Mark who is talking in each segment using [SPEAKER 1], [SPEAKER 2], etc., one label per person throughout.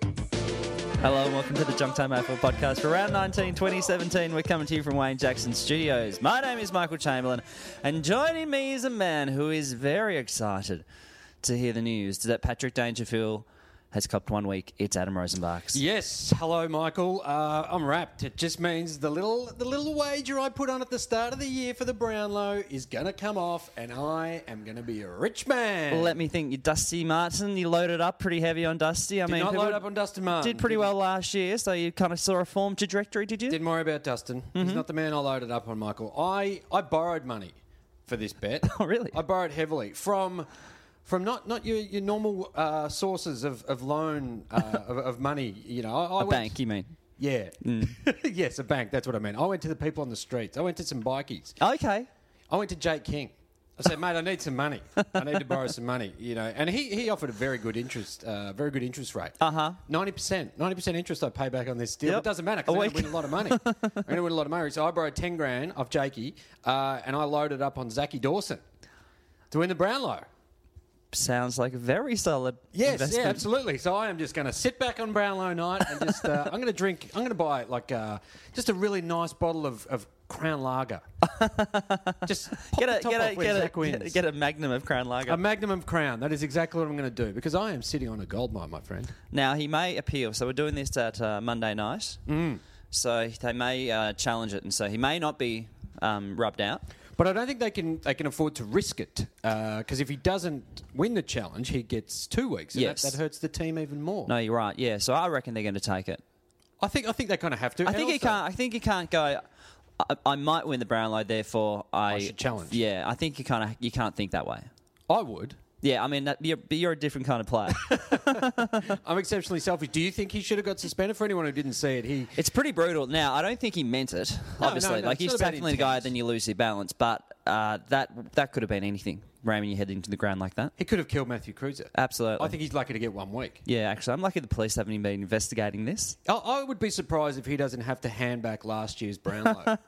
[SPEAKER 1] Hello and welcome to the Junk Time AFL podcast for round 19, 2017. We're coming to you from Wayne Jackson Studios. My name is Michael Chamberlain, and joining me is a man who is very excited to hear the news that Patrick Dangerfield has copped one week. It's Adam Rosenbach's.
[SPEAKER 2] Yes, hello, Michael. Uh, I'm wrapped. It just means the little the little wager I put on at the start of the year for the Brownlow is gonna come off, and I am gonna be a rich man.
[SPEAKER 1] Let me think. You Dusty Martin, you loaded up pretty heavy on Dusty. I
[SPEAKER 2] Did
[SPEAKER 1] mean,
[SPEAKER 2] not
[SPEAKER 1] people
[SPEAKER 2] load up on Dustin Martin.
[SPEAKER 1] Did pretty
[SPEAKER 2] Didn't-
[SPEAKER 1] well last year, so you kind of saw a form trajectory, did you?
[SPEAKER 2] Didn't worry about Dustin.
[SPEAKER 1] Mm-hmm.
[SPEAKER 2] He's not the man I loaded up on, Michael. I, I borrowed money for this bet.
[SPEAKER 1] Oh, really?
[SPEAKER 2] I borrowed heavily from from not, not your, your normal uh, sources of, of loan uh, of, of money. You know, I, I
[SPEAKER 1] a
[SPEAKER 2] went-
[SPEAKER 1] bank, Mm. you mean?
[SPEAKER 2] Yeah. yes, a bank. That's what I meant. I went to the people on the streets. I went to some bikies.
[SPEAKER 1] Okay.
[SPEAKER 2] I went to Jake King. I said, mate, I need some money. I need to borrow some money, you know. And he, he offered a very good interest, uh, very good interest rate. Uh huh. Ninety percent, ninety percent interest I pay back on this deal.
[SPEAKER 1] Uh-huh. Yep.
[SPEAKER 2] It doesn't matter
[SPEAKER 1] A
[SPEAKER 2] because I'm going
[SPEAKER 1] week.
[SPEAKER 2] to win a lot of money. I'm going to win a lot of money. So I borrowed ten grand off Jakey, uh, and I loaded up on Zachy Dawson to win the Brownlow.
[SPEAKER 1] Sounds like a very solid
[SPEAKER 2] Yes,
[SPEAKER 1] investment.
[SPEAKER 2] yeah, absolutely. So I am just going to sit back on Brownlow night and just uh, I'm going to drink. I'm going to buy like uh, just a really nice bottle of, of Crown Lager. just pop
[SPEAKER 1] Get
[SPEAKER 2] the
[SPEAKER 1] a,
[SPEAKER 2] top
[SPEAKER 1] get,
[SPEAKER 2] off
[SPEAKER 1] a,
[SPEAKER 2] when
[SPEAKER 1] get,
[SPEAKER 2] Zach
[SPEAKER 1] a,
[SPEAKER 2] wins.
[SPEAKER 1] get, a, get a magnum of Crown Lager.
[SPEAKER 2] A magnum of crown. That is exactly what I'm going to do because I am sitting on a gold mine, my friend.
[SPEAKER 1] Now he may appeal. So we're doing this at uh, Monday night. Mm. So they may uh, challenge it, and so he may not be um, rubbed out.
[SPEAKER 2] But I don't think they can they can afford to risk it because if he doesn't win the challenge, he gets two weeks. And
[SPEAKER 1] Yes.
[SPEAKER 2] that, that hurts the team even more.
[SPEAKER 1] No, you're right. Yeah. So I reckon they're going to take it.
[SPEAKER 2] I think I think they kind of have to.
[SPEAKER 1] I think he can't. I think he can't go. I, I might win the Brownlow, therefore I,
[SPEAKER 2] should challenge."
[SPEAKER 1] Yeah, I think you kind of you can't think that way.
[SPEAKER 2] I would.
[SPEAKER 1] Yeah, I mean, that, you're, but you're a different kind of player.
[SPEAKER 2] I'm exceptionally selfish. Do you think he should have got suspended? For anyone who didn't see it, he
[SPEAKER 1] it's pretty brutal. Now, I don't think he meant it.
[SPEAKER 2] No,
[SPEAKER 1] Obviously,
[SPEAKER 2] no, no,
[SPEAKER 1] like
[SPEAKER 2] it's
[SPEAKER 1] he's
[SPEAKER 2] not about
[SPEAKER 1] tackling the guy,
[SPEAKER 2] intent.
[SPEAKER 1] then you lose your balance. But uh, that that could have been anything. Ramming your head into the ground like that.
[SPEAKER 2] he could have killed Matthew Cruiser.
[SPEAKER 1] Absolutely.
[SPEAKER 2] I think he's lucky to get one week.
[SPEAKER 1] Yeah, actually, I'm lucky the police haven't even been investigating this.
[SPEAKER 2] I, I would be surprised if he doesn't have to hand back last year's Brownlow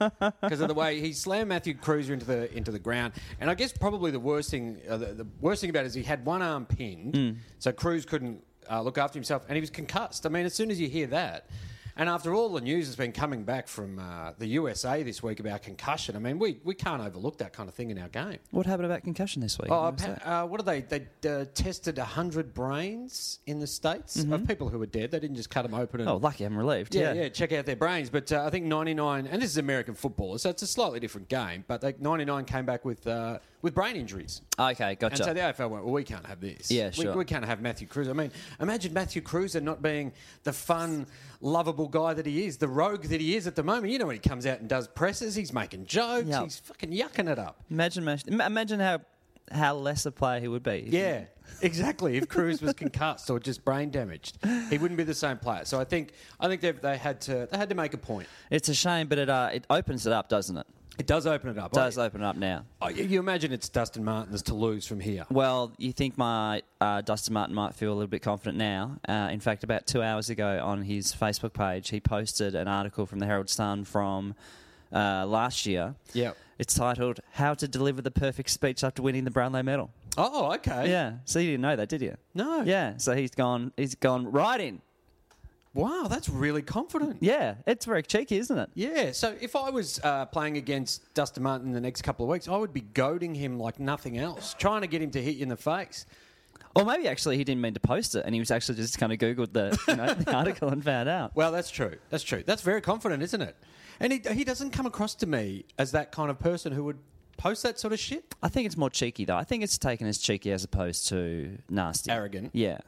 [SPEAKER 2] because of the way he slammed Matthew Cruiser into the into the ground. And I guess probably the worst thing uh, the, the worst thing about it is he had one arm pinned,
[SPEAKER 1] Hmm.
[SPEAKER 2] so Cruz couldn't uh, look after himself, and he was concussed. I mean, as soon as you hear that. And after all the news has been coming back from uh, the USA this week about concussion, I mean, we, we can't overlook that kind of thing in our game.
[SPEAKER 1] What happened about concussion this week?
[SPEAKER 2] Oh,
[SPEAKER 1] What was that?
[SPEAKER 2] appa- uh, what are they? They uh, tested 100 brains in the States of people who were dead. They didn't just cut them open and
[SPEAKER 1] Mm-hmm. oh, lucky I'm relieved.
[SPEAKER 2] yeah,
[SPEAKER 1] Yeah,
[SPEAKER 2] yeah, check out their brains. But uh, I think 99, and this is American football, so it's a slightly different game. But like 99 came back with uh, with brain injuries,
[SPEAKER 1] Okay,
[SPEAKER 2] and
[SPEAKER 1] gotcha.
[SPEAKER 2] so the AFL went, "Well, we can't have this.
[SPEAKER 1] Yeah,
[SPEAKER 2] we,
[SPEAKER 1] sure.
[SPEAKER 2] we can't have Matthew Cruz. I mean, imagine Matthew Cruz not being the fun, lovable guy that he is, the rogue that he is at the moment. You know, when he comes out and does presses, he's making jokes,
[SPEAKER 1] Yeah.
[SPEAKER 2] he's fucking yucking it up.
[SPEAKER 1] imagine, mas- im- imagine how how less a player he would be.
[SPEAKER 2] Yeah, exactly. If Cruz was concussed or just brain damaged, he wouldn't be the same player. So I think I think they've- they had to they had to make a point.
[SPEAKER 1] it's a shame, but it uh, it opens it up, doesn't it?
[SPEAKER 2] It does open it up.
[SPEAKER 1] It does open it up now.
[SPEAKER 2] Oh, you, you imagine it's Dustin Martin's to lose from here.
[SPEAKER 1] Well, you think my uh, Dustin Martin might feel a little bit confident now. Uh, in fact, about two hours ago on his Facebook page, he posted an article from the Herald Sun from uh, last year.
[SPEAKER 2] Yep.
[SPEAKER 1] It's titled "How to Deliver the Perfect Speech After Winning the Brownlow Medal."
[SPEAKER 2] Oh, okay.
[SPEAKER 1] Yeah. So you didn't know that, did you?
[SPEAKER 2] No.
[SPEAKER 1] Yeah. So he's gone. He's gone right in.
[SPEAKER 2] Wow, that's really confident.
[SPEAKER 1] Yeah. It's very cheeky, isn't it?
[SPEAKER 2] Yeah, so if I was uh, playing against Dustin Martin the next couple of weeks, I would be goading him like nothing else, trying to get him to hit you in the face.
[SPEAKER 1] Or maybe actually he didn't mean to post it, and he was actually just kind of googled the, you know, the article and found out.
[SPEAKER 2] Well, that's true. That's true. That's very confident, isn't it? And he, he doesn't come across to me as that kind of person who would post that sort of shit.
[SPEAKER 1] I think it's more cheeky though. I think it's taken as cheeky as opposed to nasty.
[SPEAKER 2] Arrogant.
[SPEAKER 1] Yeah.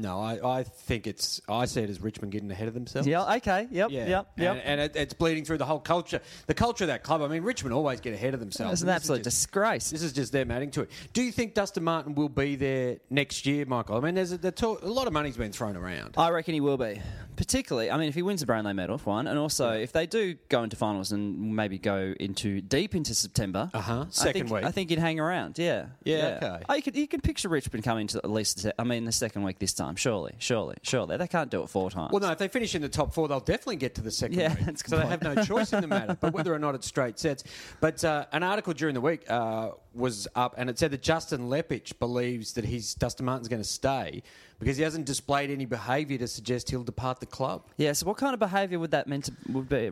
[SPEAKER 2] No, I, I think it's I see it as Richmond getting ahead of themselves.
[SPEAKER 1] Yeah. Okay. Yep. Yep. Yep.
[SPEAKER 2] And, and it, it's bleeding through the whole culture, the culture of that club. I mean, Richmond always get ahead of themselves.
[SPEAKER 1] It's an
[SPEAKER 2] And this is
[SPEAKER 1] absolute
[SPEAKER 2] just-
[SPEAKER 1] disgrace.
[SPEAKER 2] This is just them adding to it. Do you think Dustin Martin will be there next year, Michael? I mean, there's a, the talk, a lot of money's been thrown around.
[SPEAKER 1] I reckon he will be. Particularly, I mean, if he wins the Brownlow medal for one, and also if they do go into finals and maybe go into deep into September,
[SPEAKER 2] Uh-huh.
[SPEAKER 1] I think,
[SPEAKER 2] Second week.
[SPEAKER 1] I think he'd hang around. Yeah,
[SPEAKER 2] Yeah, okay.
[SPEAKER 1] Oh, you could you could picture Richmond coming to at least the se- I mean the second week this time. Surely, surely, surely they can't do it four times.
[SPEAKER 2] Well, no, if they finish in the top four, they'll definitely get to the second
[SPEAKER 1] Yeah,
[SPEAKER 2] round.
[SPEAKER 1] that's a
[SPEAKER 2] so
[SPEAKER 1] good
[SPEAKER 2] they have no choice in the matter. But whether or not it's straight sets, but uh, an article during the week uh, was up, and it said that Justin Lepich believes that he's Dustin Martin's going to stay because he hasn't displayed any behaviour to suggest he'll depart the club.
[SPEAKER 1] Yeah. So what kind of behaviour would that meant to would be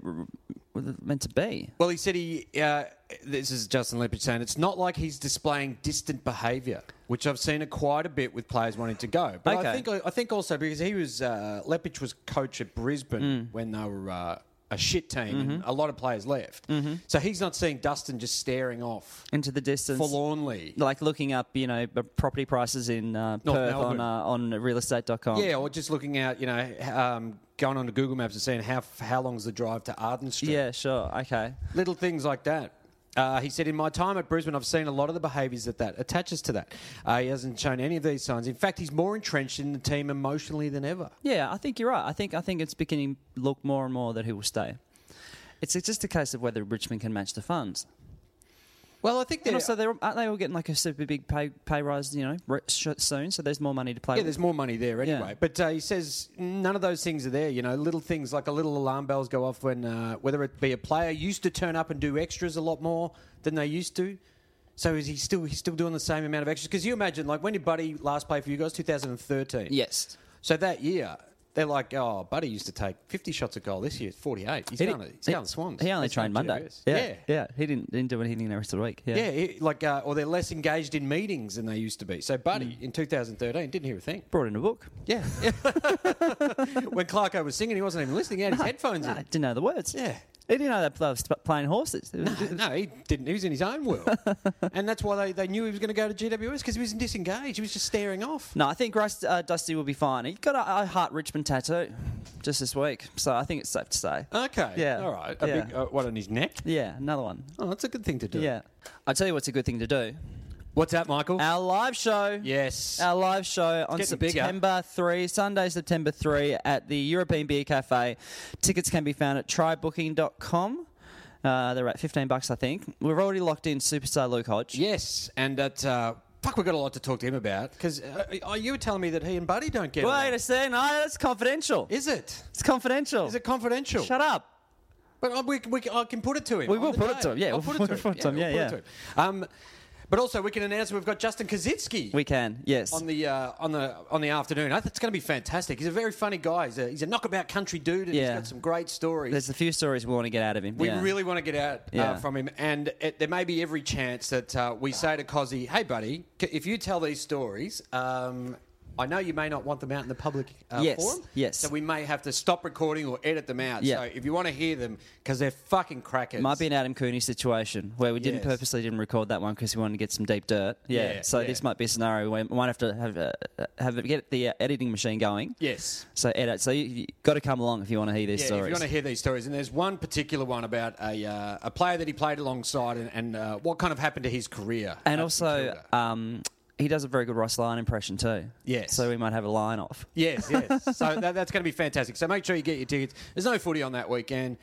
[SPEAKER 1] would it meant to be?
[SPEAKER 2] Well, he said he. Uh, this is Justin Lepich saying it's not like he's displaying distant behaviour, which I've seen it quite a bit with players wanting to go. But
[SPEAKER 1] Okay.
[SPEAKER 2] I think I think also because he was uh, Lepich was coach at Brisbane when they were uh, a shit team, and a lot of players left. So he's not seeing Dustin just staring off
[SPEAKER 1] Into the distance.
[SPEAKER 2] forlornly.
[SPEAKER 1] like looking up, you know, b- property prices in uh, Perth on
[SPEAKER 2] Melbourne.
[SPEAKER 1] uh, on realestate.com.
[SPEAKER 2] Yeah, or just looking out, you know, h- um, going onto Google Maps and seeing how how long's the drive to Arden Street.
[SPEAKER 1] Yeah. Sure. Okay.
[SPEAKER 2] Little things like that. Uh, he said, In my time at Brisbane, I've seen a lot of the behaviours that that attaches to that. Uh, he hasn't shown any of these signs. In fact, he's more entrenched in the team emotionally than ever.
[SPEAKER 1] Yeah, I think you're right. I think I think it's beginning to look more and more that he will stay. It's just a case of whether Richmond can match the funds.
[SPEAKER 2] Well, I think
[SPEAKER 1] And
[SPEAKER 2] there,
[SPEAKER 1] also, they're, aren't they all getting like a super big pay, pay rise, you know, re- sh- soon? So there's more money to play
[SPEAKER 2] yeah,
[SPEAKER 1] with.
[SPEAKER 2] there's more money there
[SPEAKER 1] Yeah.
[SPEAKER 2] anyway. But uh, he says none of those things are there. You know, little things like a little alarm bells go off when, uh, whether it be a player used to turn up and do extras a lot more than they used to. So is he still he's still doing the same amount of extras? Because you imagine, like when did Buddy last play for you guys? 2013.
[SPEAKER 1] Yes.
[SPEAKER 2] So that year, they're like, oh, Buddy used to take 50 shots at goal. This year, it's 48. He's going to he's going to Swans.
[SPEAKER 1] He only
[SPEAKER 2] That's
[SPEAKER 1] trained
[SPEAKER 2] not
[SPEAKER 1] Monday.
[SPEAKER 2] GWS.
[SPEAKER 1] Yeah,
[SPEAKER 2] Yeah.
[SPEAKER 1] yeah. He didn't, didn't do anything the rest of the week. Yeah.
[SPEAKER 2] Yeah, he- like, uh, or they're less engaged in meetings than they used to be. So Buddy,
[SPEAKER 1] Mm.
[SPEAKER 2] in 2013, didn't hear a thing.
[SPEAKER 1] Brought in a book.
[SPEAKER 2] Yeah. when Clarko was singing, he wasn't even listening. He had his headphones
[SPEAKER 1] No,
[SPEAKER 2] in.
[SPEAKER 1] didn't know the words.
[SPEAKER 2] Yeah.
[SPEAKER 1] He didn't know that they was playing horses. It was-
[SPEAKER 2] No, he didn't. He was in his own world. and that's why they, they knew he was going to go to GWS because he was disengaged. He was just staring off.
[SPEAKER 1] No, I think Rust, uh, Dusty will be fine. He got a, a Heart Richmond tattoo just this week. So I think it's safe to say.
[SPEAKER 2] Okay.
[SPEAKER 1] Yeah.
[SPEAKER 2] All right. A
[SPEAKER 1] Yeah.
[SPEAKER 2] big, uh, what, on his neck?
[SPEAKER 1] yeah, another one.
[SPEAKER 2] Oh, that's a good thing to do.
[SPEAKER 1] Yeah. I tell you what's a good thing to do.
[SPEAKER 2] What's that, Michael?
[SPEAKER 1] Our live show.
[SPEAKER 2] yes.
[SPEAKER 1] Our live show on
[SPEAKER 2] getting bigger.
[SPEAKER 1] September 3, Sunday, September 3 at the European Beer Cafe. Tickets can be found at trybooking.com. Uh, they're at 15 bucks, I think. We've already locked in superstar Luke Hodge.
[SPEAKER 2] Yes, and that uh, fuck, we've got a lot to talk to him about because uh, uh, you were telling me that he and Buddy don't get.
[SPEAKER 1] Wait
[SPEAKER 2] along.
[SPEAKER 1] a second. No, that's confidential.
[SPEAKER 2] is it?
[SPEAKER 1] It's confidential.
[SPEAKER 2] Is it confidential?
[SPEAKER 1] Shut up.
[SPEAKER 2] But I, we, we, I can put it to him.
[SPEAKER 1] We
[SPEAKER 2] on
[SPEAKER 1] will
[SPEAKER 2] the
[SPEAKER 1] put it
[SPEAKER 2] day.
[SPEAKER 1] to him, yeah,
[SPEAKER 2] I'll
[SPEAKER 1] we'll
[SPEAKER 2] put it to him.
[SPEAKER 1] yeah,
[SPEAKER 2] we'll
[SPEAKER 1] yeah.
[SPEAKER 2] put it to him. Um, but also, we can announce we've got Justin Kaczynski.
[SPEAKER 1] We can, yes.
[SPEAKER 2] on the uh, on the on the afternoon, I think it's going to be fantastic. He's a very funny guy. He's a, he's a knockabout country dude, and
[SPEAKER 1] Yeah.
[SPEAKER 2] he's got some great stories.
[SPEAKER 1] There's a few stories we want to get out of him.
[SPEAKER 2] We
[SPEAKER 1] yeah.
[SPEAKER 2] really want to get out
[SPEAKER 1] Yeah.
[SPEAKER 2] uh, from him, and it, there may be every chance that uh, we say to Cozzy, "Hey, buddy, c- if you tell these stories, um, I know you may not want them out in the public uh,
[SPEAKER 1] Yes,
[SPEAKER 2] forum.
[SPEAKER 1] yes.
[SPEAKER 2] so we may have to stop recording or edit them out.
[SPEAKER 1] Yeah.
[SPEAKER 2] So if you want to hear them, because they're fucking crackers,
[SPEAKER 1] Might be an Adam Cooney situation where we didn't
[SPEAKER 2] Yes.
[SPEAKER 1] purposely didn't record that one because we wanted to get some deep dirt. Yeah.
[SPEAKER 2] Yeah,
[SPEAKER 1] so
[SPEAKER 2] yeah.
[SPEAKER 1] this might be a scenario where we might have to have uh, have get the uh, editing machine going.
[SPEAKER 2] yes.
[SPEAKER 1] So edit. So you, you got to come along if you want to hear these
[SPEAKER 2] Yeah,
[SPEAKER 1] stories.
[SPEAKER 2] if you want to hear these stories, and there's one particular one about a uh, a player that he played alongside, and, and uh, what kind of happened to his career, Uh,
[SPEAKER 1] and
[SPEAKER 2] at
[SPEAKER 1] also,
[SPEAKER 2] Matilda.
[SPEAKER 1] um, he does a very good Ross Lyon impression too.
[SPEAKER 2] Yes.
[SPEAKER 1] So we might have a line off.
[SPEAKER 2] Yes, yes. so that, that's going to be fantastic. So make sure you get your tickets. There's no footy on that weekend.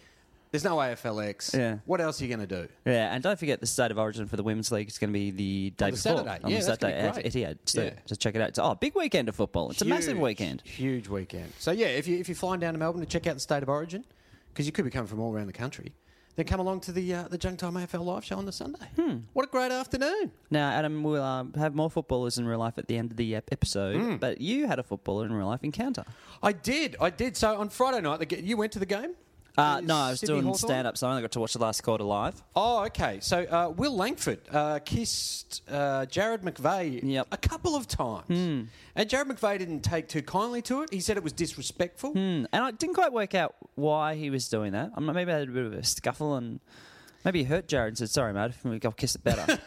[SPEAKER 2] There's no AFLX.
[SPEAKER 1] Yeah.
[SPEAKER 2] What else are you going to do?
[SPEAKER 1] Yeah, and don't forget the state of origin for the women's league is going to be the day
[SPEAKER 2] On the
[SPEAKER 1] before
[SPEAKER 2] Saturday.
[SPEAKER 1] on
[SPEAKER 2] Yeah,
[SPEAKER 1] the
[SPEAKER 2] that's gonna
[SPEAKER 1] Saturday
[SPEAKER 2] be
[SPEAKER 1] at Etihad. So
[SPEAKER 2] great. Yeah.
[SPEAKER 1] just check it out. It's, oh, big weekend of football. It's a massive
[SPEAKER 2] Huge,
[SPEAKER 1] weekend.
[SPEAKER 2] Huge weekend. So yeah, if you if you're flying down to Melbourne to check out the state of origin, because you could be coming from all around the country, then come along to the uh, the Junk Time AFL live show on the Sunday.
[SPEAKER 1] Hmm.
[SPEAKER 2] What a great afternoon!
[SPEAKER 1] Now, Adam, we'll um, have more footballers in real life at the end of the ep- episode,
[SPEAKER 2] Mm.
[SPEAKER 1] but you had a footballer in real life encounter.
[SPEAKER 2] I did, I did. So on Friday night, the, g- you went to the game.
[SPEAKER 1] Uh,
[SPEAKER 2] Is
[SPEAKER 1] no, I was
[SPEAKER 2] Sydney
[SPEAKER 1] doing
[SPEAKER 2] Hawthorn?
[SPEAKER 1] stand up, so I only got to watch the last quarter live.
[SPEAKER 2] Oh, okay. So uh, Will Langford uh, kissed uh, Jared McVeigh
[SPEAKER 1] Yep. Hmm.
[SPEAKER 2] a couple of times, and Jared McVeigh didn't take too kindly to it. He said it was disrespectful.
[SPEAKER 1] Hmm. And I didn't quite work out why he was doing that. I'm not, maybe I had a bit of a scuffle and Maybe he hurt Jared and said, sorry, mate, I'll kiss it better.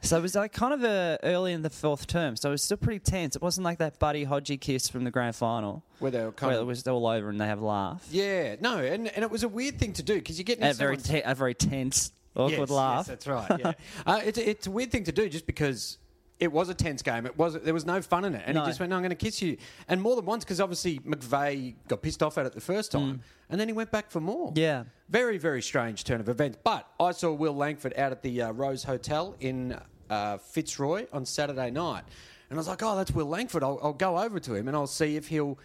[SPEAKER 1] so it was like kind of uh early in the fourth term, so it was still pretty tense. It wasn't like that Buddy Hodgie kiss from the grand final.
[SPEAKER 2] Where they were kind
[SPEAKER 1] where
[SPEAKER 2] of-
[SPEAKER 1] it was all over and they have a laugh.
[SPEAKER 2] Yeah, no, and, and it was a weird thing to do because you get
[SPEAKER 1] And
[SPEAKER 2] next
[SPEAKER 1] a very,
[SPEAKER 2] to
[SPEAKER 1] te- a very tense, awkward
[SPEAKER 2] yes,
[SPEAKER 1] laugh.
[SPEAKER 2] Yes, that's right. Yeah, uh, it's it's a weird thing to do just because it was a tense game. It was there was no fun in it, and
[SPEAKER 1] No.
[SPEAKER 2] he just went, "No, I'm going to kiss you," and more than once because obviously McVeigh got pissed off at it the first
[SPEAKER 1] Hmm.
[SPEAKER 2] time, and then he went back for more.
[SPEAKER 1] Yeah.
[SPEAKER 2] very very strange turn of events. But I saw Will Langford out at the uh, Rose Hotel in uh, Fitzroy on Saturday night, and I was like, "Oh, that's Will Langford. I'll, I'll go over to him and I'll see if he'll."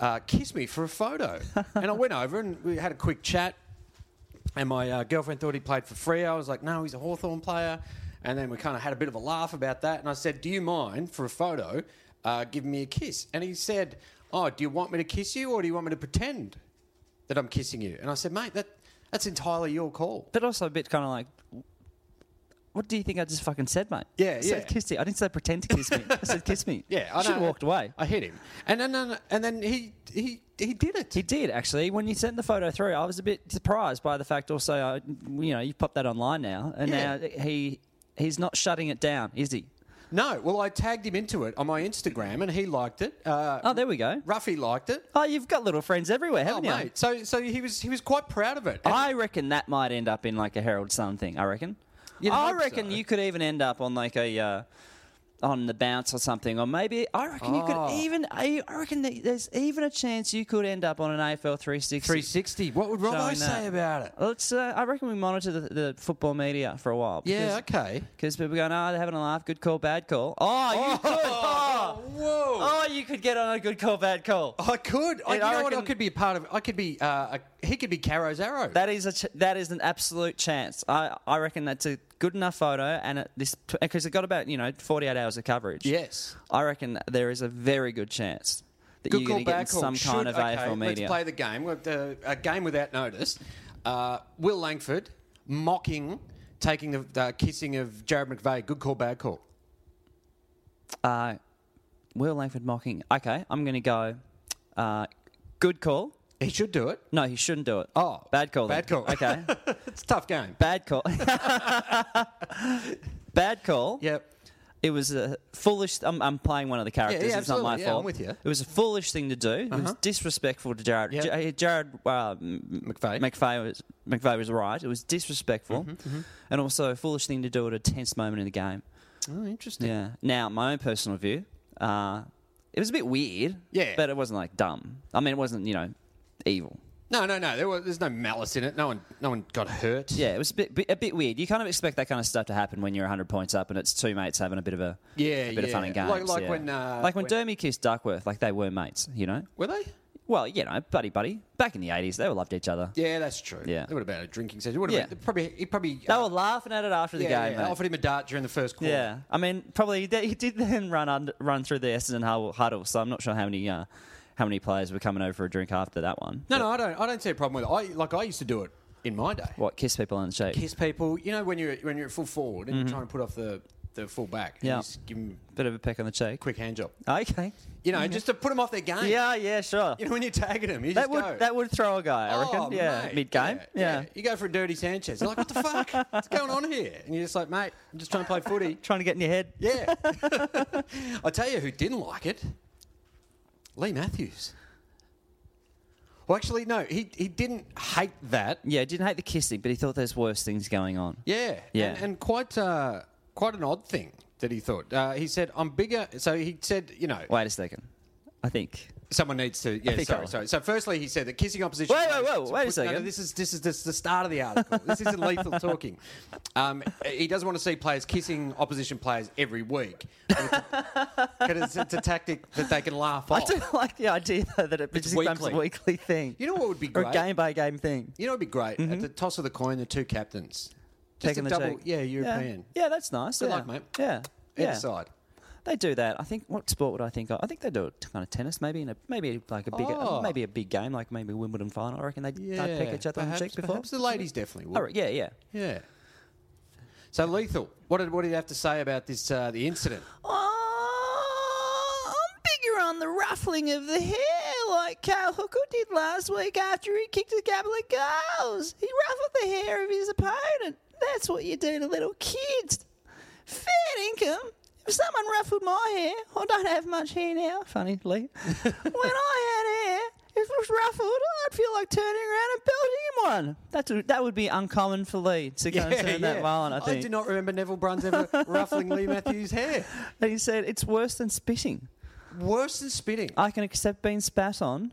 [SPEAKER 2] Uh, kiss me for a photo, and I went over and we had a quick chat. And my uh, girlfriend thought he played for Freo. I was like, no, he's a Hawthorn player. And then we kind of had a bit of a laugh about that. And I said, do you mind, for a photo, uh, giving me a kiss? And he said, oh, do you want me to kiss you or do you want me to pretend that I'm kissing you? And I said, mate, that, that's entirely your call.
[SPEAKER 1] But also a bit kind of like, what do you think I just fucking said, mate?
[SPEAKER 2] Yeah,
[SPEAKER 1] I said
[SPEAKER 2] yeah.
[SPEAKER 1] kiss you. I didn't say pretend to kiss me. I said kiss me.
[SPEAKER 2] Yeah, I
[SPEAKER 1] should
[SPEAKER 2] know.
[SPEAKER 1] have walked away.
[SPEAKER 2] I hit him. And then, and then- and then he, he, he did it.
[SPEAKER 1] He did actually. When you sent the photo through, I was a bit surprised by the fact. Also, I, you know, you popped that online now, and
[SPEAKER 2] Yeah.
[SPEAKER 1] now he he's not shutting it down, is he?
[SPEAKER 2] no, well, I tagged him into it on my Instagram and he liked it. Uh,
[SPEAKER 1] Oh, there we go.
[SPEAKER 2] Ruffy liked it.
[SPEAKER 1] Oh, you've got little friends everywhere,
[SPEAKER 2] Oh,
[SPEAKER 1] haven't you?
[SPEAKER 2] mate. So, so he was he was quite proud of it. And-
[SPEAKER 1] I reckon that might end up in like a Herald Sun thing. I reckon.
[SPEAKER 2] You'd
[SPEAKER 1] I
[SPEAKER 2] hope
[SPEAKER 1] reckon
[SPEAKER 2] so.
[SPEAKER 1] you could even end up on like a. Uh, on the bounce or something, or maybe I reckon you
[SPEAKER 2] Oh.
[SPEAKER 1] could even. I I reckon that there's even a chance you could end up on an AFL 360.
[SPEAKER 2] 360. What would Robbo
[SPEAKER 1] Showing that.
[SPEAKER 2] say about it?
[SPEAKER 1] Let's. Uh, I reckon we monitor the, the football media for a while.
[SPEAKER 2] Yeah,
[SPEAKER 1] because-
[SPEAKER 2] okay.
[SPEAKER 1] Because people go, no, they're having a laugh. Good call, bad call. Oh, you could. Oh,
[SPEAKER 2] whoa.
[SPEAKER 1] oh, you could get on a good call, bad call.
[SPEAKER 2] I could. I, you
[SPEAKER 1] And I
[SPEAKER 2] know what? I
[SPEAKER 1] reckon-
[SPEAKER 2] could be a part of. I could be. Uh, a, he could be Caro's arrow.
[SPEAKER 1] That is a ch- that is an absolute chance. I, I reckon that's a good enough photo, and it, this because it got about you know 48 hours of coverage.
[SPEAKER 2] Yes.
[SPEAKER 1] I reckon there is a very good chance that
[SPEAKER 2] Good
[SPEAKER 1] you're
[SPEAKER 2] call,
[SPEAKER 1] going to get in
[SPEAKER 2] bad call.
[SPEAKER 1] some
[SPEAKER 2] Should-
[SPEAKER 1] kind of
[SPEAKER 2] okay,
[SPEAKER 1] AFL media.
[SPEAKER 2] Let's play the game. We've, Uh, a game without notice. Uh, Will Langford mocking, taking the uh, kissing of Jared McVeigh. Good call, bad call.
[SPEAKER 1] Uh, Will Langford mocking. Okay, I'm going to go. Uh, good call.
[SPEAKER 2] He should do it.
[SPEAKER 1] No, he shouldn't do it.
[SPEAKER 2] Oh,
[SPEAKER 1] bad call. then.
[SPEAKER 2] Bad call.
[SPEAKER 1] Okay,
[SPEAKER 2] it's a tough game.
[SPEAKER 1] bad call. bad call.
[SPEAKER 2] Yep.
[SPEAKER 1] It was a foolish. I'm, I'm playing one of the characters.
[SPEAKER 2] yeah,
[SPEAKER 1] it's not my
[SPEAKER 2] absolutely. Yeah,
[SPEAKER 1] fault.
[SPEAKER 2] I'm with you. Uh-huh.
[SPEAKER 1] It was a foolish thing to do. It was disrespectful to Jared.
[SPEAKER 2] Yep.
[SPEAKER 1] J- Jared uh, McVeigh.
[SPEAKER 2] McVeigh. Mm-hmm,
[SPEAKER 1] McVeigh was McVeigh was right. It was disrespectful, and also a foolish thing to do at a tense moment in the game.
[SPEAKER 2] oh, interesting.
[SPEAKER 1] Yeah. Now, my own personal view, uh, it was a bit weird.
[SPEAKER 2] Yeah.
[SPEAKER 1] But it wasn't like dumb. I mean, it wasn't you know evil.
[SPEAKER 2] No, no, no. There was, there's no malice in it. No one, no one got hurt.
[SPEAKER 1] Yeah, it was a bit, bit- a bit weird. You kind of expect that kind of stuff to happen when you're 100 points up and it's two mates having a bit of a
[SPEAKER 2] Yeah,
[SPEAKER 1] a bit of fun
[SPEAKER 2] yeah.
[SPEAKER 1] and games.
[SPEAKER 2] Like- like
[SPEAKER 1] yeah.
[SPEAKER 2] when, uh,
[SPEAKER 1] like when,
[SPEAKER 2] when-
[SPEAKER 1] Dermy kissed Duckworth, like they were mates, you know.
[SPEAKER 2] Were they?
[SPEAKER 1] Well, you know, buddy, buddy. Back in the 80s, they all loved each other.
[SPEAKER 2] Yeah, that's true.
[SPEAKER 1] Yeah.
[SPEAKER 2] They would have been at a drinking session. Would have
[SPEAKER 1] Yeah.
[SPEAKER 2] been, probably, he probably.
[SPEAKER 1] They
[SPEAKER 2] uh,
[SPEAKER 1] were laughing at it after the
[SPEAKER 2] yeah,
[SPEAKER 1] game.
[SPEAKER 2] yeah,
[SPEAKER 1] mate.
[SPEAKER 2] offered him a dart during the first quarter.
[SPEAKER 1] Yeah, I mean, probably they, he did then run under, run through the Essendon huddle- huddle. So I'm not sure how many uh, how many players were coming over for a drink after that one.
[SPEAKER 2] No, no, I don't. I don't see a problem with it. I like. I used to do it in my day.
[SPEAKER 1] What kiss people on the cheek?
[SPEAKER 2] Kiss people. You know when you're when you're at full forward and you're trying to put off the the full back. and
[SPEAKER 1] Mm-hmm. Yeah.
[SPEAKER 2] you just give them
[SPEAKER 1] Bit of a peck on the cheek.
[SPEAKER 2] a quick hand job.
[SPEAKER 1] Okay.
[SPEAKER 2] You know, just to put them off their game.
[SPEAKER 1] Yeah, yeah, sure.
[SPEAKER 2] You know when you're tagging them, you
[SPEAKER 1] that
[SPEAKER 2] just
[SPEAKER 1] would
[SPEAKER 2] go.
[SPEAKER 1] that would throw a guy. I reckon.
[SPEAKER 2] Oh,
[SPEAKER 1] yeah,
[SPEAKER 2] mate,
[SPEAKER 1] mid game. Yeah.
[SPEAKER 2] You go for a dirty Sanchez. You're like, what the fuck? What's going on here? And you're just like, mate, I'm just trying to play footy.
[SPEAKER 1] Trying to get in your head.
[SPEAKER 2] Yeah. I tell you who didn't like it. Lee Matthews. Well, actually, no, he, he didn't hate that.
[SPEAKER 1] Yeah, didn't hate the kissing, but he thought there's worse things going on.
[SPEAKER 2] Yeah.
[SPEAKER 1] Yeah.
[SPEAKER 2] And, and quite uh, quite an odd thing that he thought. Uh, he said, I'm bigger. So he said, you know,
[SPEAKER 1] Wait a second. I think.
[SPEAKER 2] someone needs to. Yeah,
[SPEAKER 1] think
[SPEAKER 2] sorry,
[SPEAKER 1] I'll-
[SPEAKER 2] sorry. So, firstly, he said that kissing opposition.
[SPEAKER 1] Wait, wait, whoa,
[SPEAKER 2] So
[SPEAKER 1] wait a
[SPEAKER 2] put- no, no,
[SPEAKER 1] second.
[SPEAKER 2] this is this is this is the start of the article. this isn't lethal talking. Um, he doesn't want to see players kissing opposition players every week. Because it's, it's a tactic that they can laugh
[SPEAKER 1] I
[SPEAKER 2] off.
[SPEAKER 1] do like the idea though, that it
[SPEAKER 2] It's
[SPEAKER 1] just becomes a
[SPEAKER 2] weekly.
[SPEAKER 1] weekly thing.
[SPEAKER 2] You know what would be
[SPEAKER 1] or
[SPEAKER 2] great?
[SPEAKER 1] a game by game thing.
[SPEAKER 2] You know, it'd be great at the toss of the coin, the two captains. Just
[SPEAKER 1] Mm-hmm. Taking
[SPEAKER 2] a
[SPEAKER 1] the
[SPEAKER 2] double,
[SPEAKER 1] cheek.
[SPEAKER 2] yeah, European.
[SPEAKER 1] Yeah, that's nice.
[SPEAKER 2] Good
[SPEAKER 1] yeah.
[SPEAKER 2] luck, mate.
[SPEAKER 1] Yeah.
[SPEAKER 2] Either
[SPEAKER 1] Yeah.
[SPEAKER 2] side.
[SPEAKER 1] They do that. I think what sport would I think? Of? I think they do it to kind of tennis, maybe in a maybe like a big
[SPEAKER 2] Oh.
[SPEAKER 1] maybe a big game like maybe Wimbledon final. I reckon they'd,
[SPEAKER 2] Yeah,
[SPEAKER 1] they'd pick each other
[SPEAKER 2] perhaps,
[SPEAKER 1] on the cheek before.
[SPEAKER 2] Perhaps the ladies definitely would.
[SPEAKER 1] Oh, yeah, yeah.
[SPEAKER 2] Yeah. So lethal. What did what did you have to say about this uh, the incident?
[SPEAKER 1] Oh, I'm bigger on the ruffling of the hair, like Kyle Hooker did last week after he kicked a couple of goals. He ruffled the hair of his opponent. That's what you do to little kids. Fair income. If someone ruffled my hair, I don't have much hair now, funnily. when I had hair, if it was ruffled, I'd feel like turning around and pelting him one. That's a, that would be uncommon for Lee to go and turn that violent, I think.
[SPEAKER 2] do not remember Neville Bruns ever ruffling Lee Matthews' hair.
[SPEAKER 1] And he said, it's worse than spitting.
[SPEAKER 2] Worse than spitting.
[SPEAKER 1] I can accept being spat on.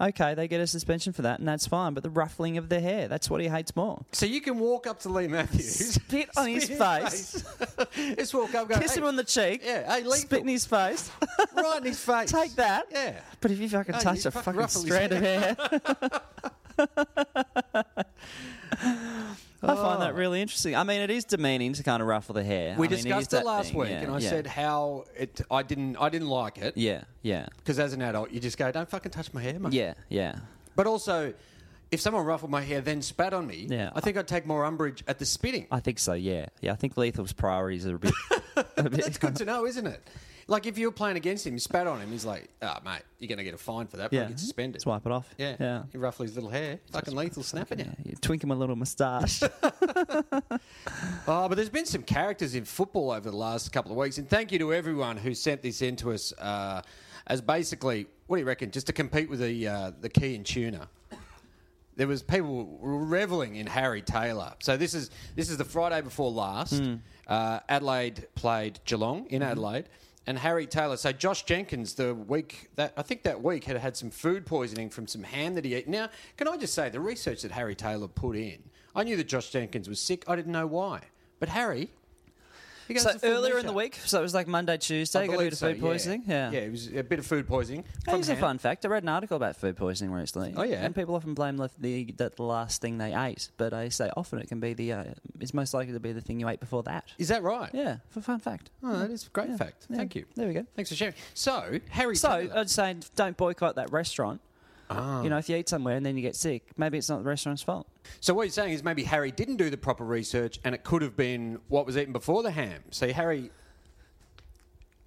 [SPEAKER 1] Okay, they get a suspension for that, and that's fine. But the ruffling of their hair, that's what he hates more.
[SPEAKER 2] So you can walk up to Lee Matthews,
[SPEAKER 1] Spit on his face,
[SPEAKER 2] face. just walk up, go,
[SPEAKER 1] kiss
[SPEAKER 2] hey,
[SPEAKER 1] him on the cheek,
[SPEAKER 2] Yeah, hey, lethal.
[SPEAKER 1] spit in his face,
[SPEAKER 2] right in his face.
[SPEAKER 1] take that.
[SPEAKER 2] Yeah.
[SPEAKER 1] But if you fucking
[SPEAKER 2] Hey,
[SPEAKER 1] touch
[SPEAKER 2] you
[SPEAKER 1] a
[SPEAKER 2] fucking
[SPEAKER 1] fucking
[SPEAKER 2] ruffle his
[SPEAKER 1] strand of hair. I find that really interesting. I mean, it is demeaning to kind of ruffle the hair.
[SPEAKER 2] Oh. We
[SPEAKER 1] I mean, is
[SPEAKER 2] discussed
[SPEAKER 1] that
[SPEAKER 2] it last
[SPEAKER 1] thing,
[SPEAKER 2] week,
[SPEAKER 1] yeah,
[SPEAKER 2] and I
[SPEAKER 1] yeah.
[SPEAKER 2] said how it. I didn't. I didn't like it
[SPEAKER 1] Yeah, yeah,
[SPEAKER 2] because as an adult, you just go, "Don't fucking touch my hair, mate."
[SPEAKER 1] yeah, yeah.
[SPEAKER 2] But also, if someone ruffled my hair then spat on me,
[SPEAKER 1] Yeah.
[SPEAKER 2] I think I'd take more umbrage at the spitting.
[SPEAKER 1] I think so, yeah. Yeah, I think Lethal's priorities are a bit. a bit
[SPEAKER 2] That's good to know, isn't it? Like if you were playing against him, you spat on him, he's like, "Ah, mate, you're going to get a fine for that. Yeah.
[SPEAKER 1] yeah.
[SPEAKER 2] Get suspended."
[SPEAKER 1] Swipe it off.
[SPEAKER 2] Yeah.
[SPEAKER 1] Yeah.
[SPEAKER 2] He ruffled his little hair. Fucking lethal snapping
[SPEAKER 1] Yeah,
[SPEAKER 2] it.
[SPEAKER 1] you twinking my little moustache.
[SPEAKER 2] Oh, but there's been some characters in football over the last couple of weeks, and thank you to everyone who sent this in to us uh, as basically, what do you reckon, just to compete with the uh, the key and tuner. There was people reveling in Harry Taylor. So this is this is the Friday before last.
[SPEAKER 1] Hmm.
[SPEAKER 2] Uh, Adelaide played Geelong
[SPEAKER 1] Mm-hmm.
[SPEAKER 2] in Adelaide, and Harry Taylor. So Josh Jenkins, the week that I think that week had had some food poisoning from some ham that he ate. Now, can I just say the research that Harry Taylor put in? I knew that Josh Jenkins was sick. I didn't know why, but Harry. he goes
[SPEAKER 1] so
[SPEAKER 2] to full
[SPEAKER 1] earlier in
[SPEAKER 2] measure.
[SPEAKER 1] the week, so it was like Monday, Tuesday,
[SPEAKER 2] I
[SPEAKER 1] got a
[SPEAKER 2] believe
[SPEAKER 1] bit of
[SPEAKER 2] so,
[SPEAKER 1] food poisoning. Yeah.
[SPEAKER 2] yeah, it was a bit of food poisoning.
[SPEAKER 1] That
[SPEAKER 2] from
[SPEAKER 1] is a
[SPEAKER 2] ham.
[SPEAKER 1] fun fact. I read an article about food poisoning recently.
[SPEAKER 2] Oh, yeah.
[SPEAKER 1] and people often blame the, the that the last thing they ate, but I say often it can be the uh, it's most likely to be the thing you ate before that.
[SPEAKER 2] Is that right?
[SPEAKER 1] Yeah, for fun fact.
[SPEAKER 2] Oh, that is a great fact.
[SPEAKER 1] Yeah.
[SPEAKER 2] Thank you.
[SPEAKER 1] There we go.
[SPEAKER 2] Thanks for sharing. So, Harry.
[SPEAKER 1] So uh,
[SPEAKER 2] Taylor.
[SPEAKER 1] I'd say don't boycott that restaurant.
[SPEAKER 2] Ah.
[SPEAKER 1] You know, if you eat somewhere and then you get sick, maybe it's not the restaurant's fault.
[SPEAKER 2] So what you're saying is maybe Harry didn't do the proper research, and it could have been what was eaten before the ham. So Harry,